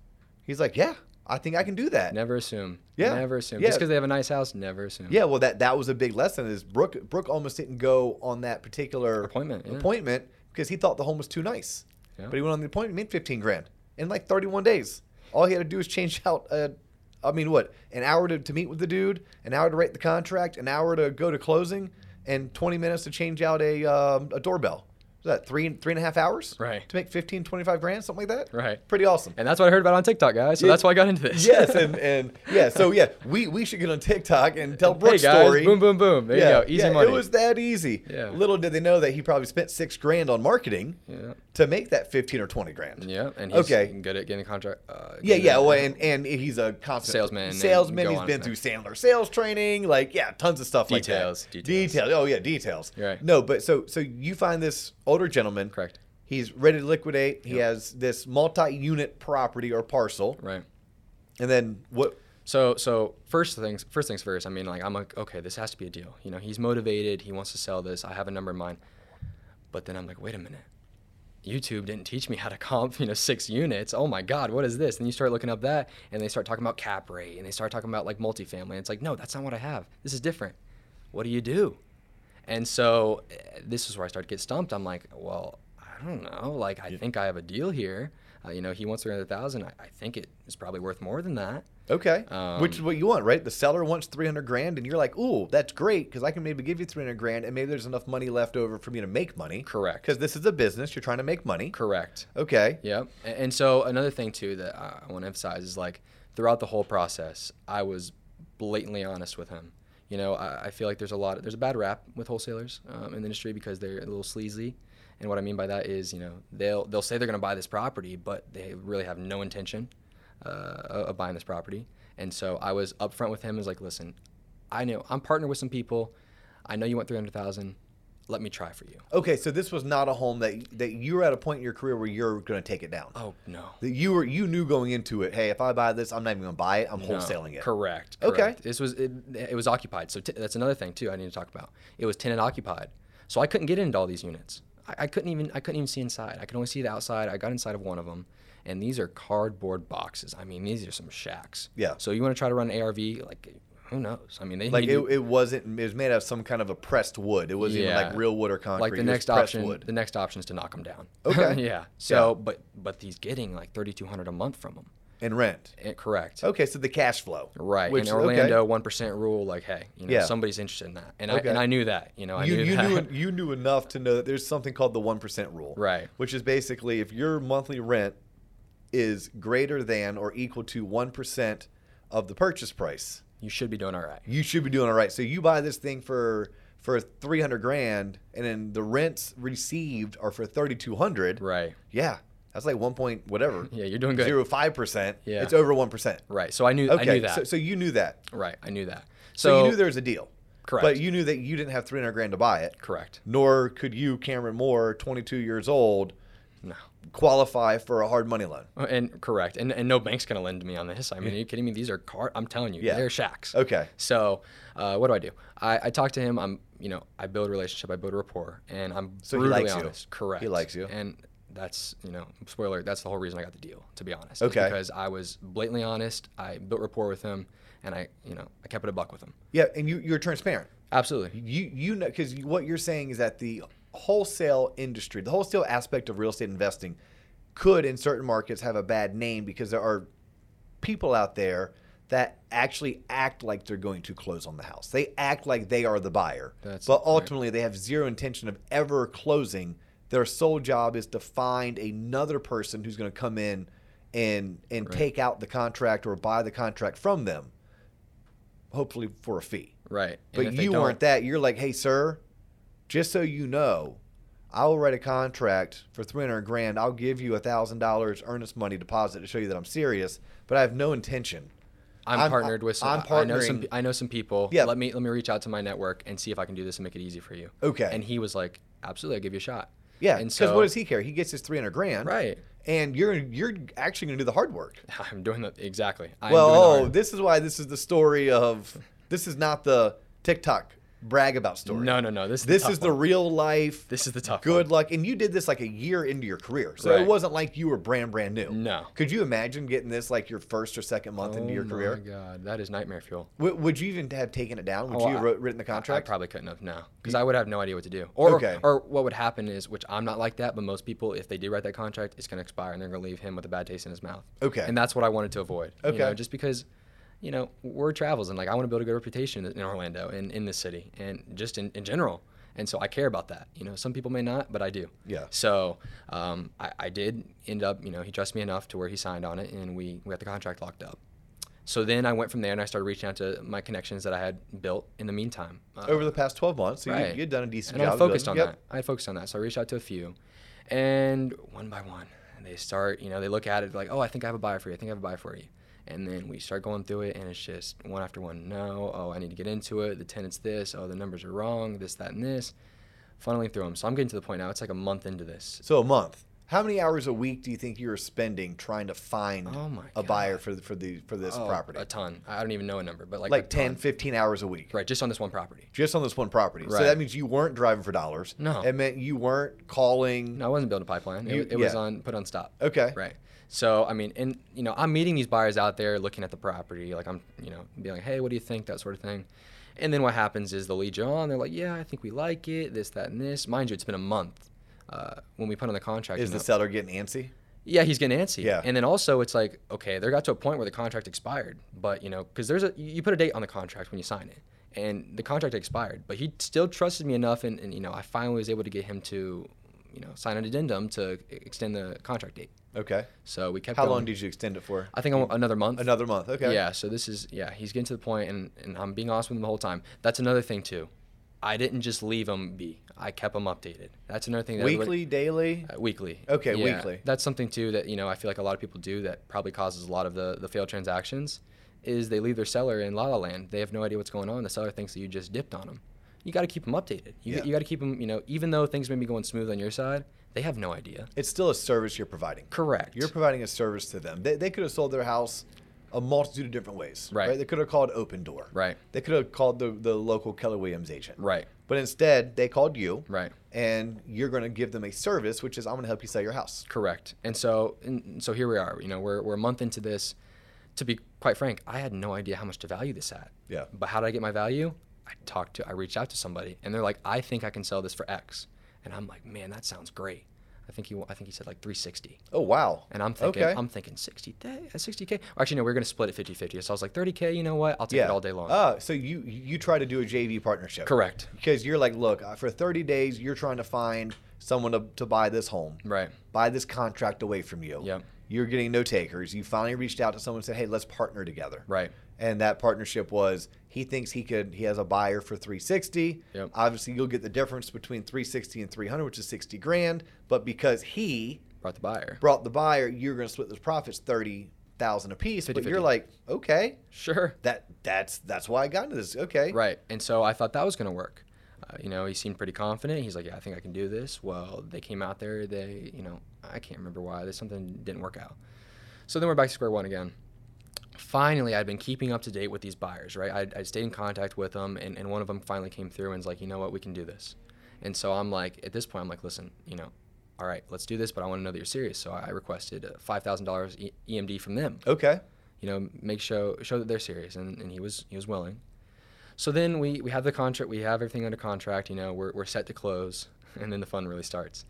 S1: He's like, yeah, I think I can do that.
S2: never assume
S1: Yeah.
S2: never assume
S1: Yeah.
S2: just because they have a nice house never assume
S1: Yeah, well, that that was a big lesson. Is Brooke Brooke almost didn't go on that particular
S2: Appointment, yeah.
S1: appointment because he thought the home was too nice,
S2: Yeah.
S1: but he went on the appointment, made fifteen grand in like thirty one days. All he had to do was change out. uh, I mean, what an hour to, to meet with the dude, an hour to write the contract, an hour to go to closing, and twenty minutes to change out a um, a doorbell. Was that three three and a half hours?
S2: Right.
S1: To make 15, 25 grand, something like that.
S2: Right.
S1: Pretty awesome.
S2: and that's what i heard about on tiktok guys so
S1: Yeah.
S2: that's why i got into this
S1: yes, and, and yeah, so yeah, we we should get on TikTok and tell Brooke's
S2: hey guys
S1: story.
S2: boom boom boom there
S1: yeah,
S2: you go easy
S1: yeah,
S2: money
S1: It was that easy.
S2: Yeah.
S1: Little did they know that he probably spent six grand on marketing
S2: yeah
S1: to make that 15 or 20 grand.
S2: Yeah, and he's
S1: Okay.
S2: good at getting contract. Uh,
S1: Yeah,
S2: getting
S1: yeah.
S2: that-
S1: Well, and, and he's a constant
S2: Salesman and
S1: Salesman.
S2: go
S1: He's
S2: on
S1: been
S2: from
S1: through Sandler sales training. Like, yeah, tons of stuff
S2: Details,
S1: like that.
S2: details.
S1: Details. Oh yeah, details.
S2: You're right.
S1: No, but so so you find this older gentleman.
S2: Correct.
S1: He's ready to liquidate. He has this multi-unit property or parcel,
S2: right.
S1: and then what?
S2: So so first things first things first. I mean, like I'm like okay, this has to be a deal. You know, he's motivated. He wants to sell this. I have a number in mind. But then I'm like, wait a minute. YouTube didn't teach me how to comp, you know, six units. Oh my God, what is this? And you start looking up that, and they start talking about cap rate, and they start talking about like multifamily. And it's like, no, that's not what I have. This is different. What do you do? And so eh, this is where I started to get stumped. I'm like, well, I don't know. Like, I think I have a deal here. Uh, you know, he wants 300,000. I, I think it is probably worth more than that.
S1: Okay, which is
S2: Um,
S1: what you want, right? The seller wants three hundred grand, and you're like, "Ooh, that's great," because I can maybe give you three hundred grand, and maybe there's enough money left over for me to make money.
S2: Correct.
S1: Because this is a business; you're trying to make money.
S2: Correct.
S1: Okay.
S2: Yep. A- And so another thing too that I want to emphasize is like throughout the whole process, I was blatantly honest with him. You know, I, I feel like there's a lot there's a bad rap with wholesalers um, in the industry because they're a little sleazy. And what I mean by that is, you know, they'll they'll say they're going to buy this property, but they really have no intention uh, o- of buying this property. And so I was upfront with him. and was like, listen, I know I'm partnered with some people. I know you want three hundred thousand. Let me try for you.
S1: Okay, so this was not a home that that you were at a point in your career where you're going to take it down.
S2: Oh no.
S1: That you were you knew going into it. Hey, if I buy this, I'm not even going to buy it. I'm
S2: No,
S1: wholesaling it.
S2: Correct.
S1: Okay.
S2: correct. This was it, it was occupied. So t- that's another thing too. I need to talk about. It was tenant occupied. So I couldn't get into all these units. I, I couldn't even I couldn't even see inside. I could only see the outside. I got inside of one of them, and these are cardboard boxes. I mean, these are some shacks.
S1: Yeah.
S2: So you want to try to run an ARV? Like, who knows? I mean, they
S1: Like
S2: need
S1: it,
S2: to-
S1: it wasn't. It was made out of some kind of a pressed wood. It wasn't even
S2: Yeah.
S1: like real wood or concrete.
S2: like the
S1: It was
S2: next
S1: pressed
S2: option. The next option is to knock them down.
S1: Okay.
S2: yeah. So, but but he's getting like thirty two hundred a month from them.
S1: and rent.
S2: correct.
S1: Okay, so the cash flow.
S2: Right.
S1: Which
S2: in
S1: okay.
S2: Orlando, one percent rule, like, hey, you know,
S1: Yeah.
S2: somebody's interested in that, and
S1: Okay.
S2: I and I knew that, you know, I
S1: you
S2: knew
S1: you
S2: that.
S1: knew you knew enough to know that there's something called the one percent rule,
S2: Right.
S1: Which is basically if your monthly rent is greater than or equal to one percent of the purchase price,
S2: you should be doing all right.
S1: you should be doing all right. So you buy this thing for for three hundred grand, and then the rents received are for thirty two hundred.
S2: Right.
S1: Yeah, that's like one point whatever.
S2: Yeah, you're doing good.
S1: Zero five percent.
S2: Yeah.
S1: it's over one percent.
S2: Right. So I knew
S1: Okay,
S2: I knew that.
S1: So, so you knew that.
S2: right. I knew that.
S1: So,
S2: So,
S1: you knew there was a deal.
S2: Correct.
S1: But you knew that you didn't have three hundred grand to buy it.
S2: correct.
S1: Nor could you, Cameron Moore, twenty two years old,
S2: No.
S1: qualify for a hard money loan.
S2: Oh, And correct. And and no bank's gonna lend to me on this. I mean, are you kidding me? These are car. I'm telling you,
S1: Yeah.
S2: they're shacks.
S1: Okay.
S2: So, uh, what do I do? I, I talk to him. I'm, you know, I build a relationship. I build a rapport, and I'm
S1: So he
S2: brutally
S1: likes you.
S2: honest. Correct.
S1: He likes you.
S2: And that's, you know, spoiler. alert, That's the whole reason I got the deal. To be honest. is
S1: Okay.
S2: Because I was blatantly honest. I built rapport with him, and I, you know, I kept it a buck with him.
S1: Yeah, and you you're transparent.
S2: Absolutely.
S1: You you know because what you're saying is that the wholesale industry, the wholesale aspect of real estate investing, could in certain markets have a bad name because there are people out there that actually act like they're going to close on the house. They act like they are the buyer,
S2: That's
S1: but
S2: right.
S1: ultimately they have zero intention of ever closing. Their sole job is to find another person who's going to come in and and take out the contract or buy the contract from them, hopefully for a fee.
S2: Right. And
S1: But
S2: if they
S1: you
S2: don't-
S1: weren't that. You're like, hey, sir, just so you know, I will write a contract for 300 grand. I'll give you $1,000 earnest money deposit to show you that I'm serious, but I have no intention.
S2: I'm,
S1: I'm-
S2: partnered with. Some,
S1: I'm
S2: I'm I know some.
S1: partnering-
S2: pe- I know some people.
S1: Yeah.
S2: Let me let me reach out to my network and see if I can do this and make it easy for you.
S1: Okay.
S2: And he was like, absolutely, I'll give you a shot.
S1: Yeah.
S2: And
S1: Because
S2: so
S1: what does he care? He gets his 300 grand.
S2: Right.
S1: And you're you're actually going to do the hard work.
S2: I'm doing that exactly. I'm
S1: well,
S2: doing
S1: oh,
S2: hard.
S1: this is why this is the story of this is not the TikTok brag about story.
S2: no, no, no. This is
S1: This
S2: the
S1: is
S2: tough
S1: the
S2: one.
S1: real life.
S2: This is the tough
S1: Good
S2: one.
S1: luck. And you did this like a year into your career. So it
S2: Right.
S1: wasn't like you were brand, brand new.
S2: No.
S1: Could you imagine getting this like your first or second month into your
S2: oh
S1: career?
S2: my god, that is nightmare fuel.
S1: W- would you even have taken it down? Would
S2: Oh,
S1: you have
S2: I-
S1: wrote, written the
S2: I- I
S1: contract?
S2: probably couldn't have no, because I would have no idea what to do. Or
S1: Okay.
S2: or what would happen is, which I'm not like that, but most people, if they do write that contract, it's going to expire and they're going to leave him with a bad taste in his mouth.
S1: Okay.
S2: And that's what I wanted to avoid. you
S1: Okay.
S2: know, just because, you know, word travels and like I want to build a good reputation in Orlando and in this city and just in, in general. And so I care about that. You know, some people may not, but I do.
S1: Yeah.
S2: So um, I, I did end up, you know, he trusted me enough to where he signed on it and we, we got the contract locked up. So then I went from there and I started reaching out to my connections that I had built in the meantime. Uh,
S1: Over the past 12 months. So
S2: Right.
S1: you, you'd done a decent
S2: and
S1: job.
S2: I focused
S1: building-
S2: on
S1: yep.
S2: that. I focused on that. So I reached out to a few. And one by one, they start, you know, they look at it like, oh, I think I have a buyer for you. I think I have a buyer for you. And then we start going through it, and it's just one after one. No, oh, I need to get into it. The tenant's this. Oh, the numbers are wrong. This, that, and this. Funneling through them. So I'm getting to the point now. It's like a month into this.
S1: So a month. How many hours a week do you think you were spending trying to find
S2: Oh my
S1: a
S2: God.
S1: buyer for the, for the for this
S2: Oh,
S1: property?
S2: A ton. I don't even know a number, but like
S1: like
S2: a ton.
S1: 10, 15 hours a week.
S2: Right, just on this one property.
S1: Just on this one property. So
S2: Right.
S1: that means you weren't driving for dollars.
S2: No.
S1: It meant you weren't calling.
S2: No, I wasn't building a pipeline. It,
S1: You-
S2: it was
S1: yeah.
S2: on put on stop.
S1: Okay.
S2: Right. So I mean, and you know, I'm meeting these buyers out there, looking at the property. Like I'm, you know, being like, hey, what do you think? That sort of thing. And then what happens is they'll lead you on. They're like, yeah, I think we like it. This, that, and this. Mind you, it's been a month uh, when we put on the contract.
S1: Is
S2: you
S1: the
S2: know.
S1: seller getting antsy?
S2: Yeah, he's getting antsy.
S1: Yeah.
S2: And then also, it's like, okay, there got to a point where the contract expired, but you know, because there's a you you put a date on the contract when you sign it, and the contract expired, but he still trusted me enough, and, and you know, I finally was able to get him to, you know, sign an addendum to e- extend the contract date.
S1: Okay.
S2: So we kept.
S1: How
S2: going.
S1: long did you extend it for?
S2: I think I want another month.
S1: Another month. Okay.
S2: Yeah. So this is yeah. He's getting to the point, and and I'm being honest with him the whole time. That's another thing too. I didn't just leave him be. I kept him updated. That's another thing. That everybody-
S1: Weekly, daily.
S2: uh, weekly.
S1: Okay, weekly.
S2: That's something too that you know I feel like a lot of people do that probably causes a lot of the the failed transactions is they leave their seller in la la land. They have no idea what's going on. The seller thinks that you just dipped on them. You got to keep them updated. You,
S1: Yeah.
S2: you got to keep them. You know, even though things may be going smooth on your side, they have no idea.
S1: It's still a service you're providing.
S2: Correct.
S1: You're providing a service to them. They, they could have sold their house a multitude of different ways.
S2: Right.
S1: They could have called Open Door.
S2: Right.
S1: They could have called the, the local Keller Williams agent.
S2: right.
S1: But instead, they called you.
S2: Right.
S1: And you're going to give them a service, which is I'm going to help you sell your house.
S2: Correct. And so and so here we are. You know, we're we're a month into this. To be quite frank, I had no idea how much to value this at.
S1: Yeah.
S2: But how did I get my value? I talked to, I reached out to somebody, and they're like, I think I can sell this for X, and I'm like, man, that sounds great. I think he, wa- I think he said like 360,
S1: Oh, wow.
S2: and I'm thinking,
S1: Okay.
S2: I'm thinking 60 day, 60k. Actually, no, we are gonna split it 50-50. So I was like, 30k. You know what? I'll take it all day long.
S1: Ah, so you you try to do a JV partnership.
S2: Correct.
S1: Because you're like, look, uh, for 30 days, you're trying to find someone to, to buy this home.
S2: Right.
S1: buy this contract away from you.
S2: Yep.
S1: You're getting no takers. You finally reached out to someone and said, "Hey, let's partner together."
S2: Right.
S1: And that partnership was he thinks he could he has a buyer for 360.
S2: Yep.
S1: Obviously, you'll get the difference between 360 and 300, which is 60 grand, but because he
S2: Brought the buyer.
S1: brought the buyer, you're going to split those profits 30,000 apiece, but
S2: 50-50.
S1: you're like, "Okay,
S2: Sure.
S1: that that's that's why I got into this." Okay.
S2: Right. And so I thought that was going to work. Uh, you know, he seemed pretty confident. He's like, yeah, I think I can do this. Well, they came out there. They, you know, I can't remember why. There's something didn't work out. So then we're back to square one again. Finally, I'd been keeping up to date with these buyers, right? I'd, I'd stayed in contact with them, and, and one of them finally came through and was like, you know what, we can do this. And so I'm like, at this point, I'm like, listen, you know, all right, let's do this, but I want to know that you're serious. So I requested uh, $5,000 E- EMD from them
S1: Okay.
S2: you know, make show show that they're serious, and, and he was he was willing. So then we we have the contract, we have everything under contract, you know, we're we're set to close, and then the fun really starts.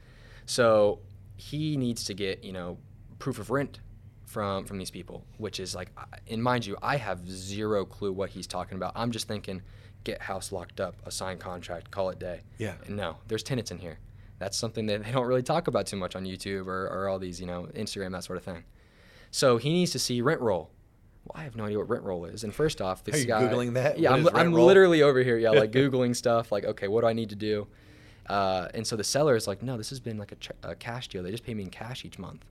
S2: So he needs to get you know proof of rent from from these people, which is like, I- and mind you, I have zero clue what he's talking about. I'm just thinking, get house locked up, a signed contract, call it day.
S1: Yeah.
S2: And no, there's tenants in here. That's something that they don't really talk about too much on YouTube or, or all these, you know, Instagram, that sort of thing. So he needs to see rent roll. Well, I have no idea what rent roll is. And first off, this
S1: you
S2: guy
S1: Googling that?
S2: Yeah,
S1: What
S2: I'm,
S1: is rent
S2: I'm
S1: roll?
S2: literally over here, yeah, like googling stuff. Like, okay, what do I need to do? Uh, and so the seller is like, no, this has been like a, ch- a cash deal. They just pay me in cash each month.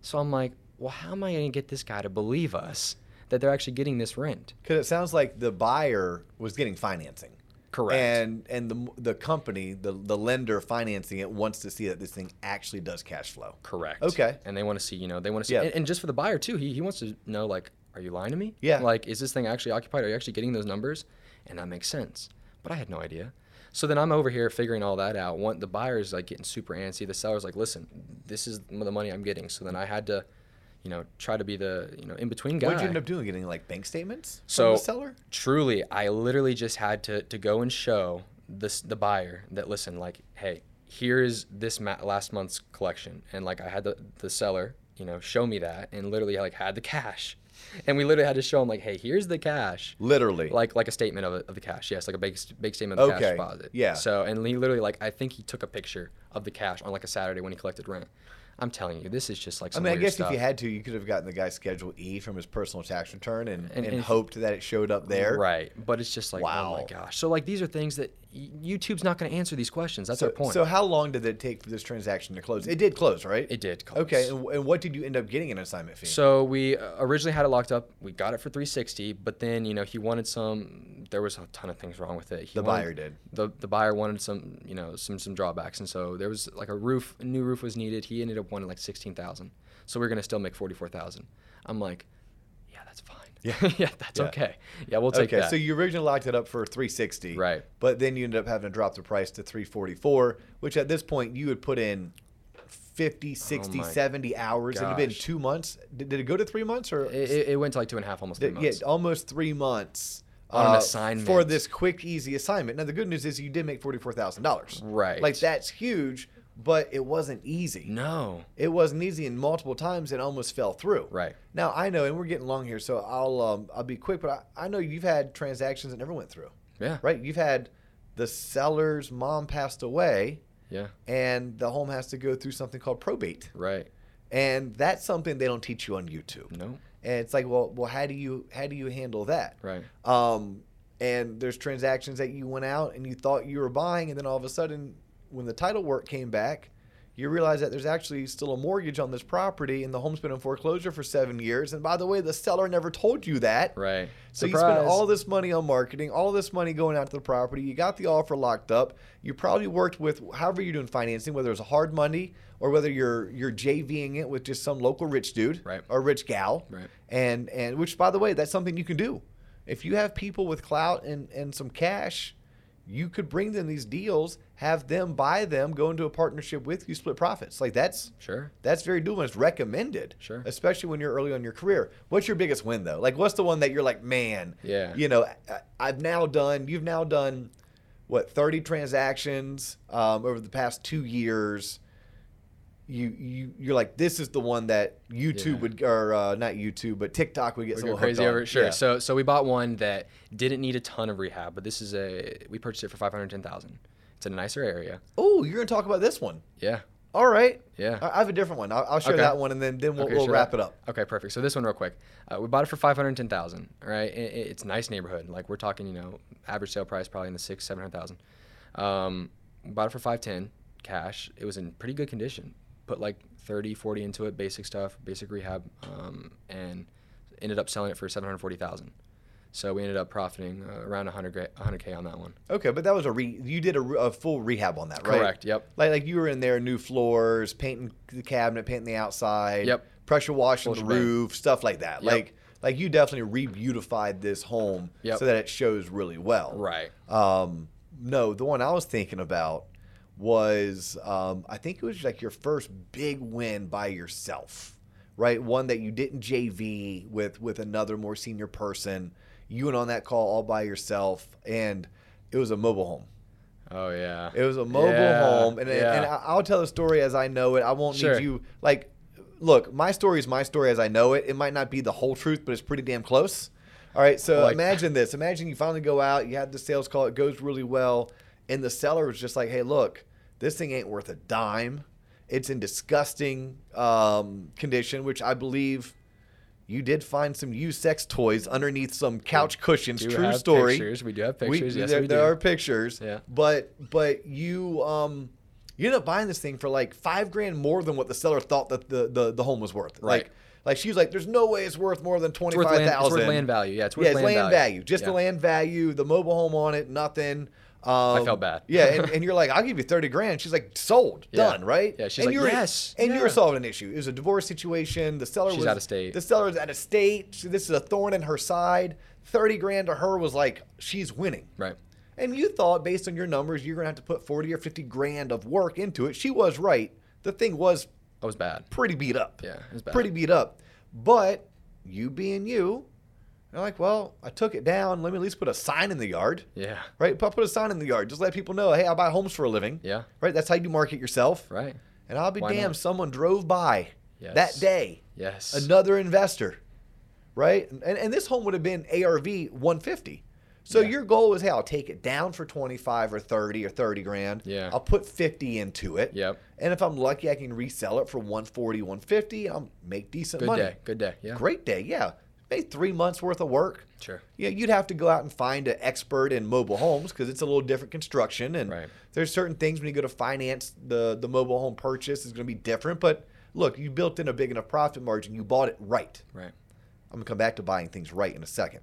S2: So I'm like, well, how am I going to get this guy to believe us that they're actually getting this rent?
S1: Because it sounds like the buyer was getting financing.
S2: Correct.
S1: And and the the company, the the lender financing it wants to see that this thing actually does cash flow.
S2: Correct.
S1: Okay.
S2: And they want to see, you know, they want to see,
S1: Yeah.
S2: and, and just for the buyer too, he, he wants to know, like, are you lying to me?
S1: Yeah.
S2: Like, is this thing actually occupied? Are you actually getting those numbers? And that makes sense. But I had no idea. So then I'm over here figuring all that out. One, the buyer's like getting super antsy. The seller's like, listen, this is the money I'm getting. So then I had to, you know, try to be the, you know, in between guy.
S1: What'd you end up doing? Getting like bank statements
S2: So-
S1: from the seller?
S2: truly i literally just had to, to go and show this the buyer that listen like hey here is this ma- last month's collection and like i had the, the seller you know show me that and literally like had the cash and we literally had to show him like hey here's the cash
S1: Literally.
S2: like like a statement of, it- of the cash yes like a big, big statement of the
S1: Okay,
S2: cash deposit
S1: yeah.
S2: so and he literally like i think he took a picture of the cash on like a saturday when he collected rent i'm telling you this is just like
S1: I
S2: some
S1: mean, I
S2: weird
S1: guess
S2: stuff.
S1: if you had to, you could have gotten the guy's Schedule E from his personal tax return and, and,
S2: and-
S1: hoped that it showed up there.
S2: Right. But it's just like, oh
S1: Wow.
S2: my gosh. So, like, these are things that YouTube's not going to answer these questions. That's
S1: So,
S2: our point.
S1: so how long did it take for this transaction to close? It did close, right?
S2: it did. Close.
S1: Okay, and, and what did you end up getting an assignment fee?
S2: So we uh, originally had it locked up. We got it for 360, but then you know he wanted some. There was a ton of things wrong with it. He
S1: The
S2: wanted-
S1: buyer did.
S2: The the buyer wanted some you know some some drawbacks, and so there was like a roof, a new roof was needed. He ended up wanting like 16,000. So we are gonna still make 44,000. I'm like, yeah, that's fine. Yeah, yeah, that's
S1: Yeah.
S2: okay. Yeah, we'll take
S1: okay,
S2: that.
S1: so you originally locked it up for 360,
S2: Right.
S1: But then you ended up having to drop the price to 344, which at this point you would put in 50, 60,
S2: my
S1: 70 hours. It had been
S2: gosh.
S1: two months. Did, did it go to three months or?
S2: it, it, it went to like two and a half, almost three
S1: Th-
S2: months.
S1: Yeah, almost three months uh,
S2: On an assignment.
S1: for this quick, easy assignment. Now the good news is you did make forty four thousand dollars.
S2: Right.
S1: like that's huge, but it wasn't easy.
S2: No.
S1: It wasn't easy, and multiple times it almost fell through.
S2: Right.
S1: Now I know, and we're getting long here, so I'll um, I'll be quick. But I, I know you've had transactions that never went through.
S2: Yeah.
S1: Right. You've had the seller's mom passed away,
S2: Yeah.
S1: and the home has to go through something called probate,
S2: Right.
S1: and that's something they don't teach you on YouTube.
S2: No.
S1: And it's like, well, well, how do you how do you handle that?
S2: Right.
S1: Um, and there's transactions that you went out and you thought you were buying, and then all of a sudden, when the title work came back, you realize that there's actually still a mortgage on this property, and the home's been in foreclosure for seven years. And by the way, the seller never told you that.
S2: Right.
S1: So you
S2: Surprise.
S1: spent all this money on marketing, all this money going out to the property. You got the offer locked up. You probably worked with however you're doing financing, whether it's hard money or whether you're you're JVing it with just some local rich dude
S2: Right.
S1: or rich gal.
S2: Right.
S1: And and which by the way, that's something you can do. If you have people with clout and and some cash, you could bring them these deals, have them buy them, go into a partnership with you, split profits. Like that's
S2: Sure.
S1: that's very doable. and It's recommended,
S2: Sure.
S1: especially when you're early on in your career. What's your biggest win though? Like, what's the one that you're like, man,
S2: Yeah.
S1: you know, I- I've now done, you've now done, what, 30 transactions um, over the past two years. You you you're like, this is the one that YouTube
S2: Yeah.
S1: would, or uh, not YouTube, but TikTok would get
S2: We
S1: someone
S2: go
S1: hooked
S2: crazy
S1: on.
S2: over it. Sure.
S1: Yeah.
S2: So so we bought one that didn't need a ton of rehab, but this is a we purchased it for five hundred ten thousand. It's in a nicer area.
S1: oh, you're gonna talk about this one.
S2: Yeah.
S1: All right.
S2: Yeah.
S1: I I have a different one. I'll, I'll share
S2: Okay.
S1: that one, and then then we'll,
S2: Okay,
S1: we'll
S2: sure.
S1: wrap it up.
S2: Okay, perfect. So this one real quick. Uh, we bought it for five hundred ten thousand. All right, I- I- it's a nice neighborhood. Like we're talking, you know, average sale price probably in the six seven hundred thousand. Um, we bought it for five ten cash. It was in pretty good condition. Put like 30, 40 into it, basic stuff, basic rehab, um, and ended up selling it for seven hundred forty thousand. So we ended up profiting uh, around 100 k on that one.
S1: Okay, but that was a re. You did a, re- a full rehab on that, right?
S2: Correct, yep.
S1: Like like you were in there, new floors, painting the cabinet, painting the outside.
S2: Yep.
S1: Pressure washing
S2: Full
S1: the
S2: shebang.
S1: roof, stuff like that.
S2: Yep.
S1: Like like you definitely re-beautified this home
S2: Yep.
S1: so that it shows really well.
S2: Right.
S1: Um, no, the one I was thinking about was um, I think it was like your first big win by yourself, right? One that you didn't JV with with another more senior person. You went on that call all by yourself, and it was a mobile home.
S2: Oh yeah.
S1: It was a mobile
S2: Yeah,
S1: home, and,
S2: yeah.
S1: and I- I'll tell the story as I know it. I won't
S2: Sure.
S1: need you like. Look, my story is my story as I know it. It might not be the whole truth, but it's pretty damn close. All right, so
S2: Like-
S1: imagine this. Imagine you finally go out, you have the sales call, it goes really well, and the seller was just like, "Hey, look, this thing ain't worth a dime. It's in disgusting um, condition, which I believe." You did find some used sex toys underneath some couch cushions.
S2: do
S1: True
S2: have
S1: story.
S2: pictures. We do have pictures. Yes,
S1: there,
S2: we
S1: there
S2: do.
S1: are pictures.
S2: Yeah.
S1: But but you um you ended up buying this thing for like five grand more than what the seller thought that the the, the home was worth.
S2: Right.
S1: Like like she was like, there's no way it's worth more than twenty
S2: It's worth,
S1: five
S2: land, it's
S1: thousand.
S2: worth land value. Yeah, it's worth
S1: Yeah, it's land, value. Just
S2: Yeah.
S1: the land value, the mobile home on it, nothing. Um,
S2: felt bad.
S1: yeah, and, and you're like, I'll give you thirty grand. She's like, sold,
S2: Yeah.
S1: done, right?
S2: Yeah, she's
S1: and
S2: like,
S1: you were-
S2: yes,
S1: And you
S2: yeah.
S1: were solving an issue. It was a divorce situation. The seller
S2: She's
S1: was
S2: out of state.
S1: The seller was out of state. She- This is a thorn in her side. Thirty grand to her was like, she's winning.
S2: Right.
S1: And you thought, based on your numbers, you're going to have to put 40 or 50 grand of work into it. She was right. The thing was
S2: That was bad.
S1: pretty beat up.
S2: Yeah, it was bad.
S1: Pretty beat up. But you being you, you're like, well, I took it down. Let me at least put a sign in the yard.
S2: Yeah.
S1: Right? I'll put a sign in the yard. Just let people know, hey, I buy homes for a living.
S2: Yeah.
S1: Right? That's how you market yourself.
S2: Right.
S1: And I'll be
S2: Why not?
S1: damned, someone drove by
S2: Yes.
S1: that day,
S2: Yes.
S1: another investor. Right? And, and this home would have been ARV 150. So
S2: Yeah.
S1: your goal was, hey, I'll take it down for 25 or 30 or 30 grand.
S2: Yeah.
S1: I'll put 50 into it.
S2: Yep.
S1: And if I'm lucky, I can resell it for 140, 150. I'll make decent
S2: Good
S1: money.
S2: day. Good day. Yeah.
S1: Great day, yeah. maybe three months worth of work.
S2: Sure.
S1: Yeah, you'd have to go out and find an expert in mobile homes because it's a little different construction, and
S2: Right.
S1: there's certain things when you go to finance the the mobile home purchase is going to be different. But look, you built in a big enough profit margin. You bought it right.
S2: Right.
S1: I'm gonna come back to buying things right in a second.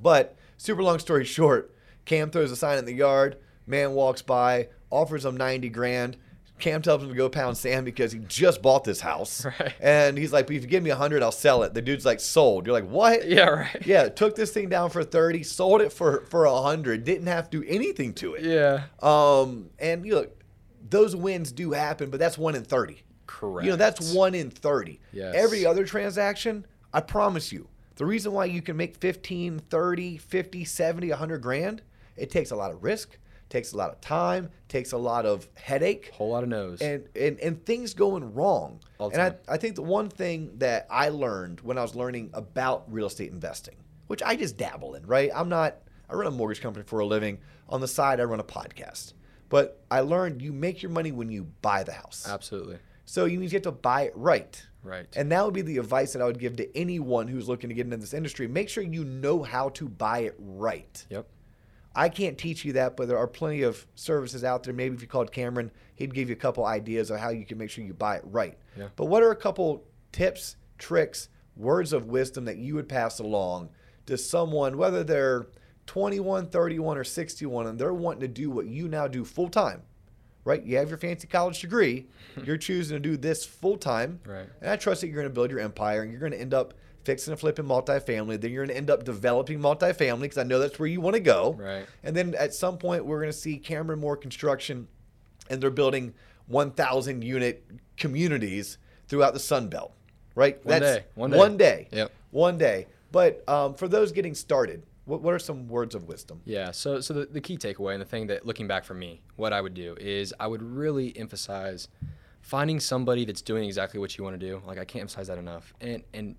S1: But super long story short, Cam throws a sign in the yard. Man walks by, offers him 90 grand. Cam tells him to go pound sand because he just bought this house.
S2: Right.
S1: And he's like, but if you give me 100, I'll sell it. The dude's like, sold. You're like, what?
S2: Yeah. Right.
S1: Yeah, took this thing down for 30, sold it for, for 100, didn't have to do anything to it.
S2: Yeah.
S1: Um, and you look, those wins do happen, but that's one in 30.
S2: Correct.
S1: You know, that's one in 30.
S2: Yes.
S1: Every other transaction, I promise you, the reason why you can make 15, 30, 50, 70, 100 grand, it takes a lot of risk, takes a lot of time, takes a lot of headache,
S2: whole lot of no's.
S1: and, and, and things going wrong.
S2: All the
S1: and I,
S2: time.
S1: I think the one thing that I learned when I was learning about real estate investing, which I just dabble in, right? I'm not, I run a mortgage company for a living. On the side, I run a podcast. But I learned you make your money when you buy the house.
S2: Absolutely.
S1: So you need to have to buy it right.
S2: Right.
S1: And that would be the advice that I would give to anyone who's looking to get into this industry. Make sure you know how to buy it right.
S2: yep.
S1: I can't teach you that, but there are plenty of services out there. Maybe if you called Cameron, he'd give you a couple ideas of how you can make sure you buy it right.
S2: Yeah.
S1: But what are a couple tips, tricks, words of wisdom that you would pass along to someone, whether they're 21, 31, or 61, and they're wanting to do what you now do full time? Right? You have your fancy college degree. You're choosing to do this full time.
S2: Right.
S1: And I trust that you're going to build your empire and you're going to end up fixing and flipping multifamily. Then you're going to end up developing multifamily because I know that's where you want to go.
S2: Right.
S1: And then at some point, we're going to see Cameron Moore Construction, and they're building 1,000 unit communities throughout the Sun Belt, right?
S2: One day. One day.
S1: One day.
S2: Yep.
S1: One day. But um, for those getting started, what, what are some words of wisdom?
S2: Yeah. So, so the, the key takeaway and the thing that looking back for me, what I would do is I would really emphasize finding somebody that's doing exactly what you want to do. Like I can't emphasize that enough, and and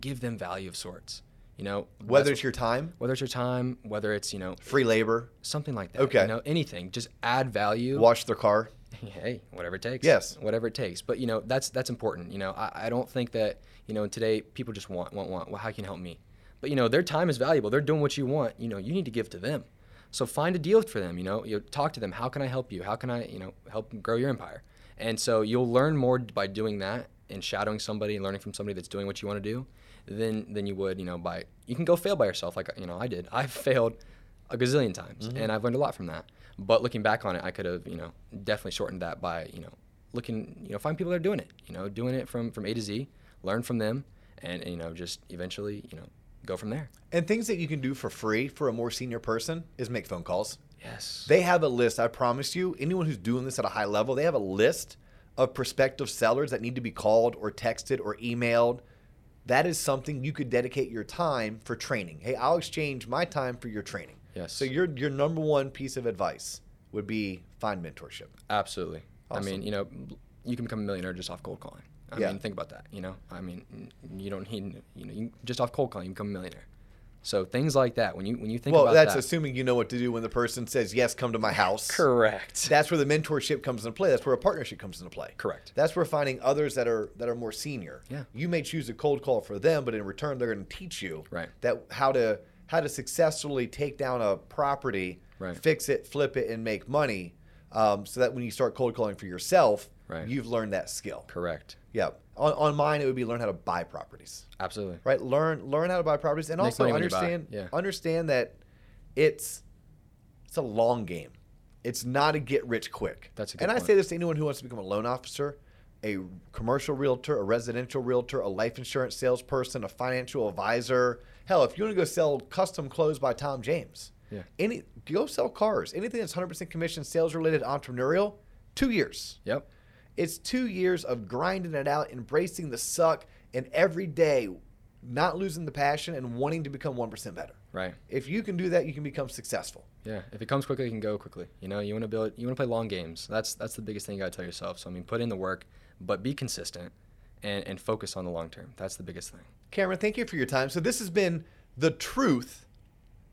S2: give them value of sorts. You know,
S1: Whether
S2: that's-
S1: it's your time,
S2: whether it's your time, whether it's you know
S1: free labor,
S2: something like that.
S1: Okay.
S2: You know, anything, just add value.
S1: wash their car.
S2: hey, whatever it takes.
S1: Yes.
S2: Whatever it takes. But you know, that's that's important. You know, I, I don't think that you know today people just want want want. Well, how can you help me? But you know, their time is valuable. They're doing what you want. You know, you need to give to them. So find a deal for them. You know, you talk to them. How can I help you? How can I you know help grow your empire? And so you'll learn more by doing that and shadowing somebody and learning from somebody that's doing what you want to do than than you would you know by you can go fail by yourself like you know I did. I failed a gazillion times,
S1: Mm-hmm.
S2: and I've learned a lot from that. But looking back on it, I could have, you know, definitely shortened that by, you know, looking, you know, find people that are doing it, you know, doing it from from A to Z, learn from them, and, you know, just eventually, you know, go from there.
S1: And things that you can do for free for a more senior person is make phone calls.
S2: Yes.
S1: They have a list, I promise you. Anyone who's doing this at a high level, they have a list of prospective sellers that need to be called or texted or emailed. That is something you could dedicate your time for training. Hey, I'll exchange my time for your training.
S2: Yes.
S1: So your your number one piece of advice would be find mentorship.
S2: Absolutely. I
S1: Awesome.
S2: mean, you know, you can become a millionaire just off cold calling. I
S1: Yeah.
S2: mean, think about that. You know, I mean, n- you don't need, you know, you, just off cold calling, you become a millionaire. So things like that. When you when you think
S1: well,
S2: about
S1: that's
S2: that,
S1: assuming you know what to do when the person says yes, come to my house.
S2: correct.
S1: That's where the mentorship comes into play. That's where a partnership comes into play.
S2: Correct.
S1: That's where finding others that are that are more senior.
S2: Yeah.
S1: You may choose a cold call for them, but in return, they're going to teach you
S2: Right.
S1: that how to how to successfully take down a property,
S2: Right.
S1: fix it, flip it, and make money. Um, so that when you start cold calling for yourself,
S2: Right.
S1: you've learned that skill.
S2: correct.
S1: Yeah. On, on mine, it would be learn how to buy properties
S2: Absolutely.
S1: right? Learn learn how to buy properties and
S2: Make
S1: also
S2: money when you buy.
S1: understand
S2: Yeah.
S1: understand that it's it's a long game. It's not a get rich quick.
S2: That's a good
S1: and I
S2: point.
S1: say this to anyone who wants to become a loan officer, a commercial realtor, a residential realtor, a life insurance salesperson, a financial advisor. Hell, if you want to go sell custom clothes by Tom James,
S2: Yeah.
S1: any go sell cars. Anything that's 100% commission sales related entrepreneurial, two years.
S2: Yep.
S1: It's two years of grinding it out, embracing the suck, and every day not losing the passion and wanting to become 1% better.
S2: Right.
S1: If you can do that, you can become successful.
S2: Yeah, if it comes quickly, it can go quickly. You know, you want to build, you want to play long games. That's that's the biggest thing you gotta tell yourself. So I mean, put in the work, but be consistent, and and focus on the long term. That's the biggest thing.
S1: Cameron, thank you for your time. So, this has been the truth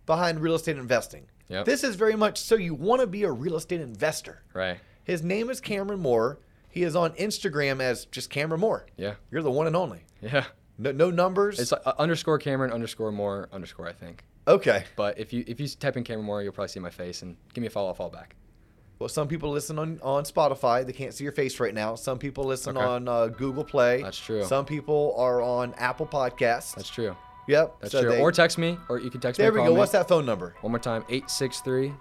S1: behind real estate investing.
S2: Yep.
S1: This is very much so you want to be a real estate investor.
S2: Right.
S1: His name is Cameron Moore. He is on Instagram as just Cameron Moore.
S2: Yeah.
S1: You're the one and only.
S2: Yeah.
S1: No, no numbers.
S2: It's uh, underscore Cameron underscore Moore underscore I think.
S1: okay.
S2: But if you if you type in Cameron Moore, you'll probably see my face and give me a follow. I'll follow back.
S1: Well, some people listen on, on Spotify. They can't see your face right now. Some people listen
S2: Okay.
S1: on uh, Google Play.
S2: That's true.
S1: Some people are on Apple Podcasts.
S2: That's true.
S1: Yep.
S2: That's
S1: so
S2: true.
S1: they-
S2: or text me, or you can text
S1: there
S2: me.
S1: we
S2: call
S1: go.
S2: me.
S1: What's that phone number?
S2: One more time 863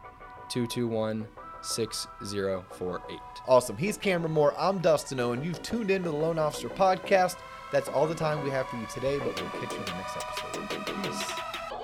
S2: 221 6048.
S1: Awesome. He's Cameron Moore. I'm Dustin Owen. You've tuned into the Loan Officer Podcast. That's all the time we have for you today, but we'll catch you in the next episode. Peace.